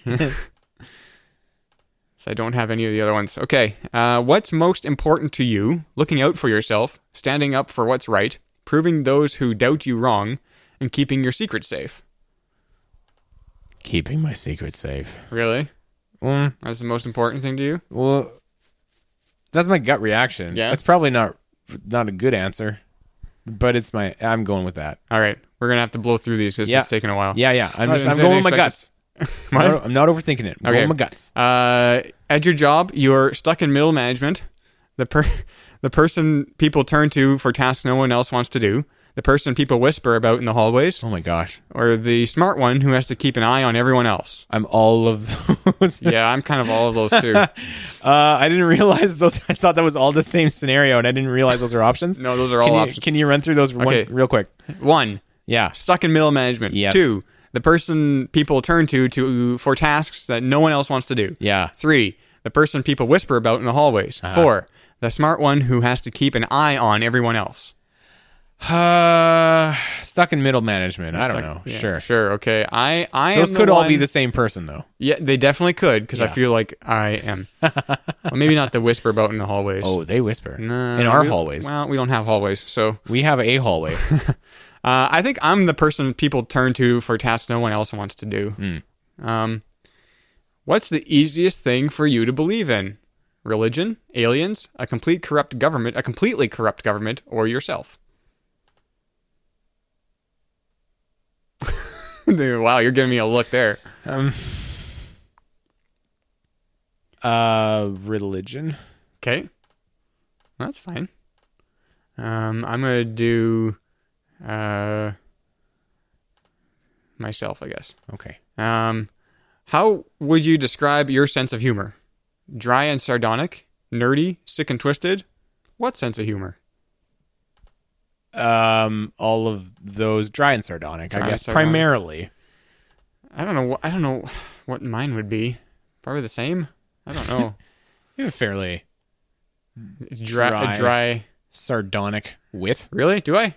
So I don't have any of the other ones. Okay. Uh, what's most important to you? Looking out for yourself, standing up for what's right, proving those who doubt you wrong, and keeping your secret safe. Keeping my secret safe. Really? Mm, That's the most important thing to you? well, that's my gut reaction. Yeah. That's probably not not a good answer, but it's my I'm going with that. All right. We're going to have to blow through these because Yeah. it's taking a while. Yeah, yeah. I'm I just didn't I'm say going with my anything guts. I'm not- I'm not overthinking it. I'm Okay. going with my guts. Uh, at your job, you're stuck in middle management. The per- the person people turn to for tasks no one else wants to do. The person people whisper about in the hallways, Oh my gosh. or the smart one who has to keep an eye on everyone else. I'm all of those. Yeah, I'm kind of all of those too. Uh, I didn't realize those. I thought that was all the same scenario, and I didn't realize those are options. No, those are all Can you- options. Can you run through those one, Okay. real quick? One, Yeah. stuck in middle management. Yes. Two, the person people turn to to for tasks that no one else wants to do. Yeah. Uh-huh. Three, the person people whisper about in the hallways. Four, the smart one who has to keep an eye on everyone else. Uh, stuck in middle management. I don't Like, know. yeah, sure. sure, okay. I, I Those am could the all be one- the same person, though. Yeah, they definitely could because I Yeah. feel like I am. well, maybe not the whisper about in the hallways. Oh, they whisper No, in our we- hallways. Well, we don't have hallways, so we have a hallway. uh, I think I'm the person people turn to for tasks no one else wants to do. Um, what's the easiest thing for you to believe in? Religion, aliens, a complete corrupt government, a completely corrupt government, or yourself? Dude, wow, you're giving me a look there. Um, uh, religion. Okay. That's fine. Um, I'm going to do uh, myself, I guess. Okay. Um, how would you describe your sense of humor? Dry and sardonic? Nerdy? Sick and twisted? What sense of humor? Um, all of those dry and sardonic. Dry I and guess sardonic. primarily. I don't know. wh- I don't know what mine would be. Probably the same. I don't know. You have a fairly dry, dry. Dry. sardonic wit. Really? Do I?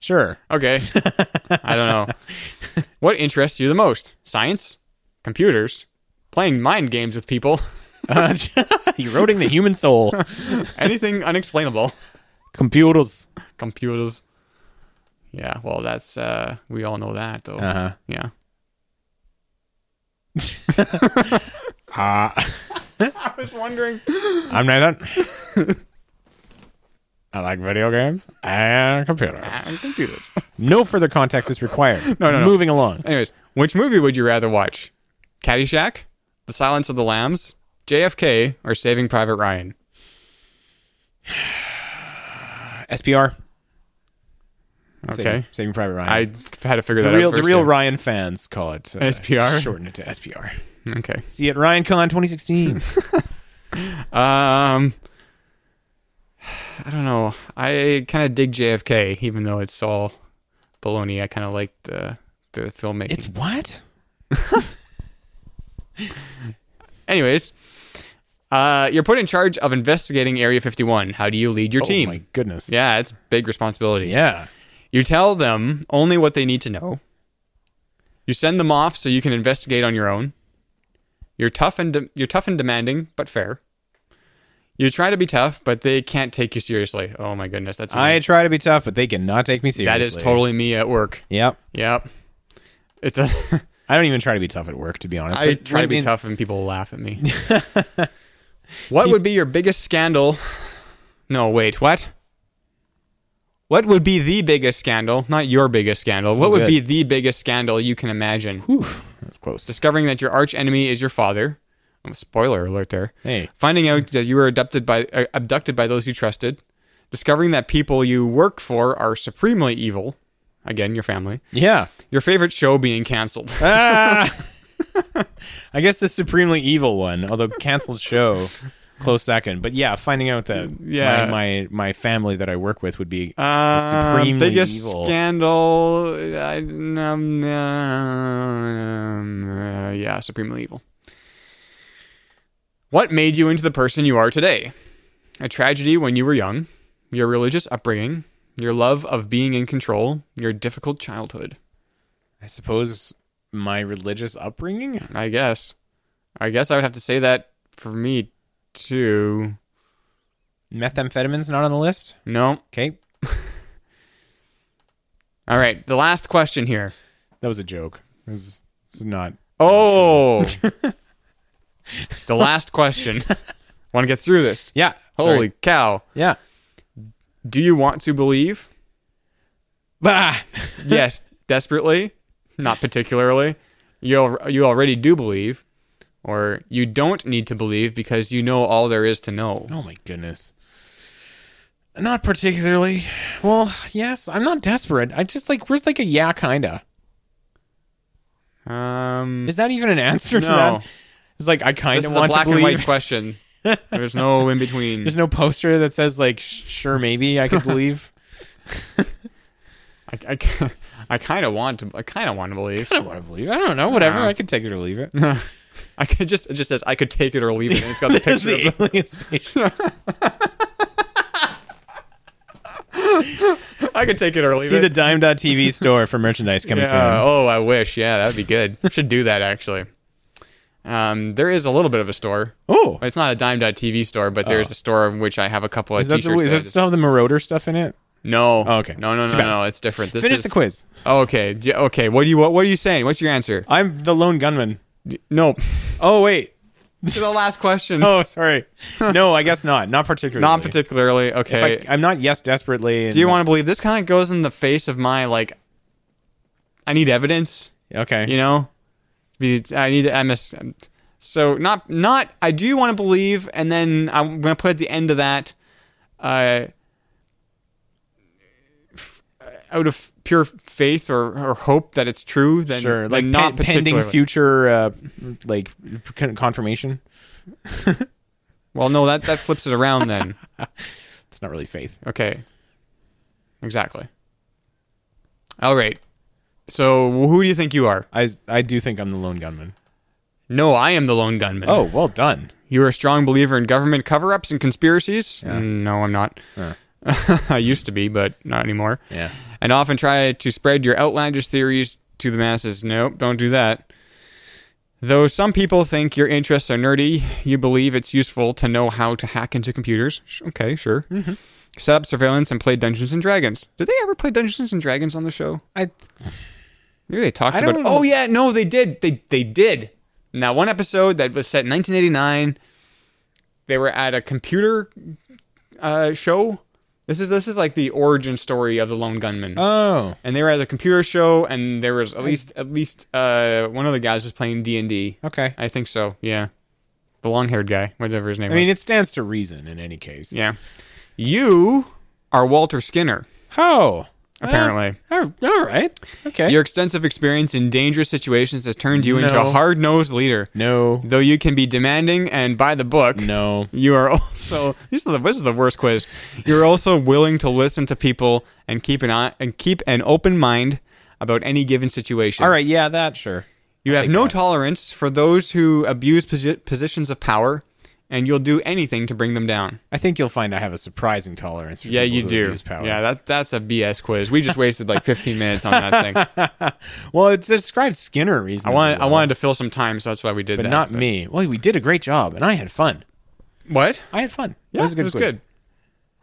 Sure. Okay. I don't know. What interests you the most? Science? Computers? Playing mind games with people? Uh, eroding the human soul. Anything unexplainable? Computers. Computers. Yeah, well, that's, uh, we all know that, though. Uh-huh. Yeah. Uh, I was wondering. I'm Nathan. I like video games and computers. computers. No further context is required. No, no, no. Moving along. Anyways, which movie would you rather watch? Caddyshack? The Silence of the Lambs? JFK? Or Saving Private Ryan? Uh, SPR. Okay. Saving, Saving Private Ryan. I had to figure the that real out. the first, real yeah. Ryan fans call it uh, SPR? Shorten it to SPR. Okay. See you at RyanCon 2016. Um, I don't know. I kind of dig JFK, even though it's all baloney. I kind of like the the filmmaking. it's what? Anyways, uh, you're put in charge of investigating Area 51. How do you lead your Oh team? my goodness. Yeah, it's big responsibility. Yeah. You tell them only what they need to know. You send them off so you can investigate on your own. You're tough and de- you're tough and demanding, but fair. You try to be tough, but they can't take you seriously. Oh my goodness, that's me. I try to be tough, but they cannot take me seriously. that is totally me at work. Yep. Yep. It's a I don't even try to be tough at work, to be honest. I but try to be when- tough and people laugh at me. what would be your biggest scandal? No, wait, what? What would be the biggest scandal? Not your biggest scandal. What would Oh, good. be the biggest scandal you can imagine? Whew, that was close. Discovering that your arch enemy is your father. Um, Spoiler alert there. Hey. Finding out that you were abducted by uh, abducted by those you trusted. Discovering that people you work for are supremely evil. Again, your family. yeah. Your favorite show being canceled. I guess the supremely evil one, although canceled show, close second. But yeah, finding out that Yeah. my, my my family that I work with would be Uh, supremely biggest evil. scandal. I, um, um, uh, yeah, supremely evil. What made you into the person you are today? A tragedy when you were young, your religious upbringing, your love of being in control, your difficult childhood. I suppose my religious upbringing. I guess. I guess I would have to say that for me too. Methamphetamine's not on the list. No. Okay, All right. The last question here. that was a joke. It was, it's not. Oh. the last question. Want to get through this? Yeah. Holy sorry. cow. Yeah. Do you want to believe? Bah. Yes, desperately, not particularly. You al- you already do believe or you don't need to believe because you know all there is to know. Oh my goodness. Not particularly. Well, yes, I'm not desperate. I just like where's like a yeah kinda. Um Is that even an answer to No. that? It's like I kind this of is a want black to and believe. white question. There's no in between. There's no poster that says like "Sh- sure maybe I could believe. I, I, ca- I kind of want to I kind of want to believe. I don't want to believe. I don't know. Whatever. Nah. I could take it or leave it. I could just it just says I could take it or leave it and it's got the There's picture of the the alien spaceship. I could take it or leave See it. the dime.tv store for merchandise coming Yeah. soon. Oh, I wish. Yeah, that would be good. Should do that actually. Um, there is a little bit of a store. Oh. It's not a dime.tv store, but there is a store in which I have a couple of Is that, t-shirts. the, is that I that just- still have the Marauder stuff in it? no. Oh, okay. No, no, Too no, bad. no. It's different. This Finish is, the quiz. Okay. d- Okay. What do you what, what are you saying? What's your answer? I'm the lone gunman. No. Oh wait. to the last question. Oh sorry. no, I guess not. Not particularly. Not particularly. If Okay. I, I'm not yes desperately. and do you not- want to believe this kind of goes in the face of my like I need evidence? Okay. you know Be- i need i miss so not not i do want to believe and then i'm going to put at the end of that uh f- out of pure faith or, or hope that it's true then sure. then Like not not pending particularly. future, uh, like con- confirmation. well no that that flips it around then It's not really faith. okay exactly all right so who do you think you are I I do think I'm the lone gunman. no i am the lone gunman Oh, well done. You're a strong believer in government cover ups and conspiracies? Mm, No, I'm not. I used to be, but not anymore. Yeah. And often try to spread your outlandish theories to the masses. Nope, don't do that. Though some people think your interests are nerdy, you believe it's useful to know how to hack into computers. Sh- Okay, sure. Set up surveillance and play Dungeons and Dragons. Did they ever play Dungeons and Dragons on the show? I Maybe they talked I about. don't- Oh yeah, no, they did. They they did. In that one episode that was set in 1989, they were at a computer uh, show. This is this is like the origin story of the Lone Gunman. oh and they were at a computer show, and there was at least at least uh, one of the guys was playing D and D. okay. I, I think so. Yeah, the long-haired guy, whatever his name. mean, was. it stands to reason in any case. yeah. You are Walter Skinner. Oh, Apparently. Well, all- all right. Okay. Your extensive experience in dangerous situations has turned you into a No. hard-nosed leader. no, Though you can be demanding and by the book, no. you are also this is the this is the worst quiz. You're also willing to listen to people and keep an eye and keep an open mind about any given situation. All right. Yeah, that sure. You have no tolerance for those who abuse posi- positions of power, and you'll do anything to bring them down. I think you'll find I have a surprising tolerance. For Yeah, people you who do. abuse Power. Yeah, that that's a BS quiz. We just wasted like 15 minutes on that thing. Well, it describes Skinner I reasonably. wanted I well, wanted to fill some time, so that's why we did but that. not me. Well, we did a great job, and I had fun. What? I had fun. Yeah, it was a good it was quiz. good.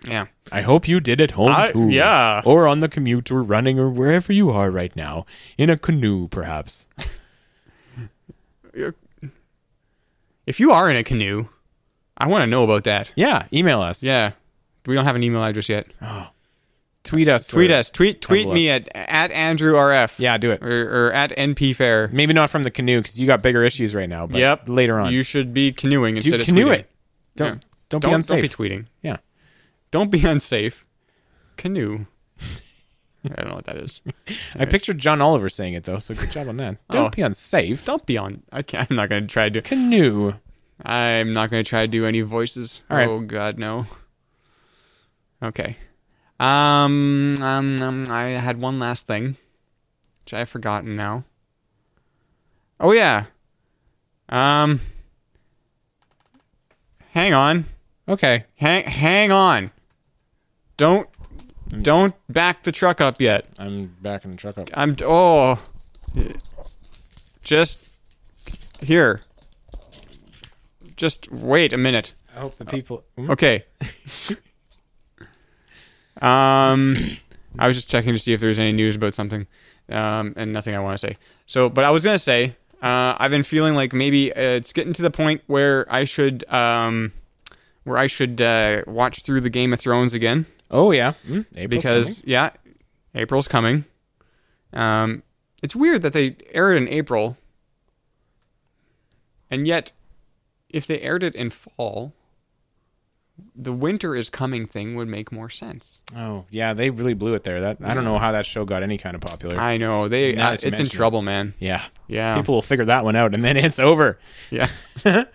Yeah. I hope you did at home I- too. yeah. Or on the commute or running or wherever you are right now. In a canoe, perhaps. If you are in a canoe, I want to know about that. Yeah. Email us. Yeah. We don't have an email address yet. Tweet us. tweet or- us. Tweet tweet tumble me us. at at Andrew RF. Yeah, do it. Or, or at NP Fair. Maybe not from the canoe because you got bigger issues right now. But Yep. Later on. You should be canoeing Do instead you of canoe tweeting. it. Don't, Yeah. don't be don't, unsafe. Don't be tweeting. Yeah. Don't be unsafe. Canoe. I don't know what that is. I pictured John Oliver saying it though, so good job on that. Don't Oh. be unsafe. Don't be on. I can't, I'm not going to try to do. canoe. I'm not going to try to do any voices. All right. Oh God, no. Okay. Um, um, um, I had one last thing, which I've forgotten now. Oh yeah. Um. Hang on. Okay. Hang hang on. Don't don't back the truck up yet. I'm backing the truck up. I'm oh. Just here. Just wait a minute. I hope the people. Hmm? Okay. um, I was just checking to see if there was any news about something, um, and nothing I want to say. So, but I was gonna say, uh, I've been feeling like maybe uh, it's getting to the point where I should, um, where I should uh, watch through the Game of Thrones again Oh yeah. Mm, April's because coming. yeah, April's coming. Um, it's weird that they aired in April, and yet, if they aired it in fall, the winter is coming thing would make more sense. Oh yeah, they really blew it there. That I don't know how that show got any kind of popular. I know they. Now Uh, that you it's in mention it. trouble, man. yeah. Yeah. People will figure that one out, and then it's over. Yeah.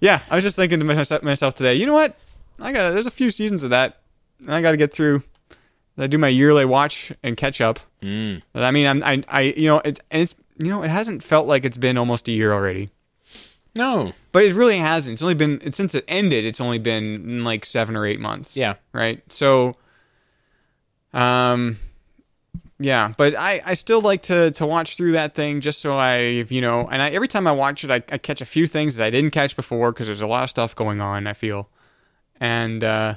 yeah. I was just thinking to myself, myself today. You know what? I got to there's a few seasons of that. and I got to get through. I do my yearly watch and catch up. Mm. But I mean, I'm, I, I, you know, it's, and it's, you know, it hasn't felt like it's been almost a year already, No. but it really hasn't. It's only been it's, since it ended. It's only been mm, like seven or eight months. Yeah. Right. So, um, yeah, but I, I still like to, to watch through that thing just so I, you know, and I, every time I watch it, I, I catch a few things that I didn't catch before because there's a lot of stuff going on, I feel. And, uh,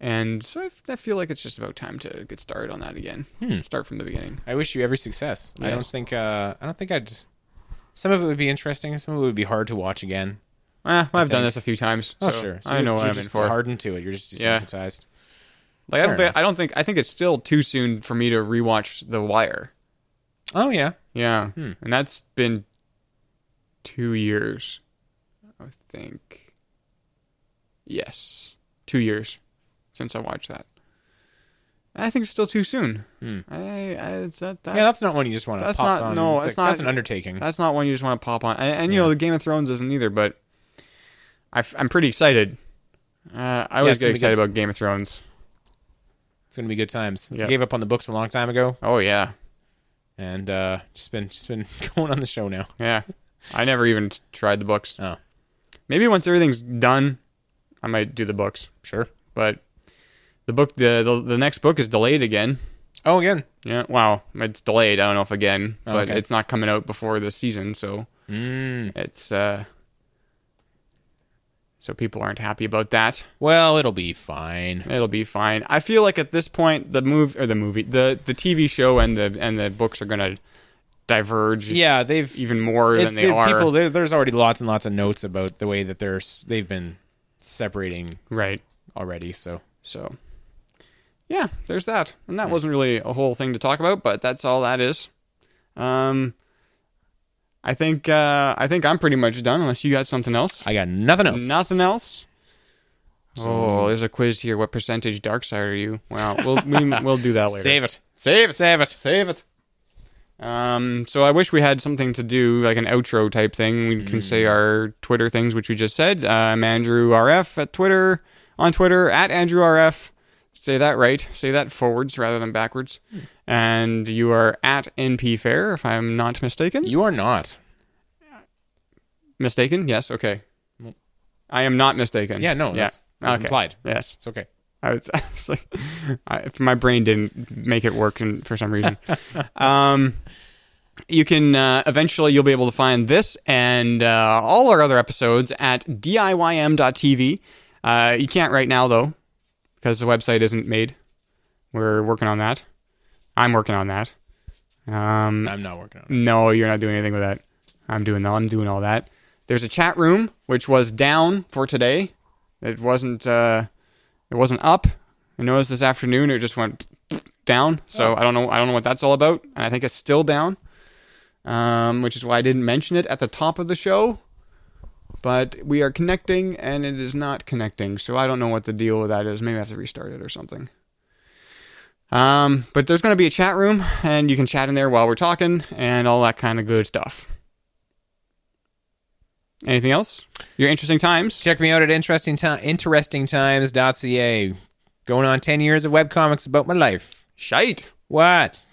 and so I, f- I feel like it's just about time to get started on that again. Hmm. Start from the beginning. I wish you every success. I don't Yes. think. Uh, I don't think I'd. Some of it would be interesting. Some of it would be hard to watch again. Eh, I've done think- this a few times. Oh so sure. So I you're- know what you're I'm in just for. Hardened to it. You're just Yeah. desensitized. Like, I Fair don't, think, enough. I don't think, I think it's still too soon for me to rewatch The Wire. Oh yeah. Yeah. And that's been two years, I think. Yes. Two years since I watched that. I think it's still too soon. I, I, it's that, that, Hmm. Yeah, that's not one you just want to That's pop not- on. no, It's that's like- not- That's an undertaking. that's not one you just want to pop on. And, and you know, the Game of Thrones isn't either, but I, am pretty excited. Uh, I it's always gonna get be excited good. about Game of Thrones. It's gonna be good times. Yeah. I gave up on the books a long time ago, Oh, yeah. and uh, just been just been going on the show now. Yeah. I never even t- tried the books. Oh, Maybe once everything's done, I might do the books. sure. but the book the, the the next book is delayed again. Oh, again. Yeah, wow, it's delayed. I don't know if again, but Oh, okay. Mm. it's not coming out before the season, so it's uh so people aren't happy about that. Well, it'll be fine. It'll be fine. I feel like at this point the move or the movie, the the TV show and the and the books are going to diverge Yeah, they've even more it's than they the are. People, there, there's already lots and lots of notes about the way that they're s- they've been separating right. already. So So yeah, there's that. And Hmm. that wasn't really a whole thing to talk about, but that's all that is. Um I think uh I think I'm pretty much done unless you got something else. I got nothing else. Nothing else. oh, there's a quiz here. What percentage dark side are you? Wow, we'll we, we'll do that later. Save it. Save it. Save it. Save it. Um, so I wish we had something to do, like an outro type thing. We can Mm. say our Twitter Um, things, which we just said. Uh, I'm Andrew RF at Twitter on Twitter at Andrew RF. Say that right. Say that forwards rather than backwards. Hmm. And you are at NP Fair, if I'm not mistaken. You are not. Mistaken? Yes. Okay. I am not mistaken. Yeah, no, that's- that's implied. Yes. It's okay. I was, I was like, I, my brain didn't make it work and, for some reason. um, you can uh, eventually you'll be able to find this and uh, all our other episodes at diym.tv. Uh, you can't right now though, because the website isn't made. We're working on that. I'm working on that. Um, I'm not working on it. no, you're not doing anything with that. I'm doing all, I'm doing all that. There's a chat room which was down for today. It wasn't uh, it wasn't up. I noticed this afternoon it just went down. So I don't know I don't know what that's all about. And I think it's still down. Um, which is why I didn't mention it at the top of the show. But we are connecting and it is not connecting. So I don't know what the deal with that is. Maybe I have to restart it or something. Um, but there's going to be a chat room, and you can chat in there while we're talking and all that kind of good stuff. Anything else? Your interesting times? Check me out at interesting ti- interestingtimes.ca. Going on 10 years of webcomics about my life. Shite. What?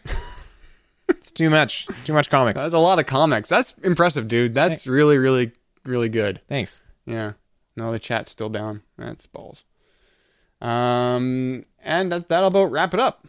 it's too much. Too much comics. That's a lot of comics. That's impressive, dude. That's really, really, really good. Thanks. Yeah. No, the chat's still down. That's balls. Um, and that, that'll about wrap it up.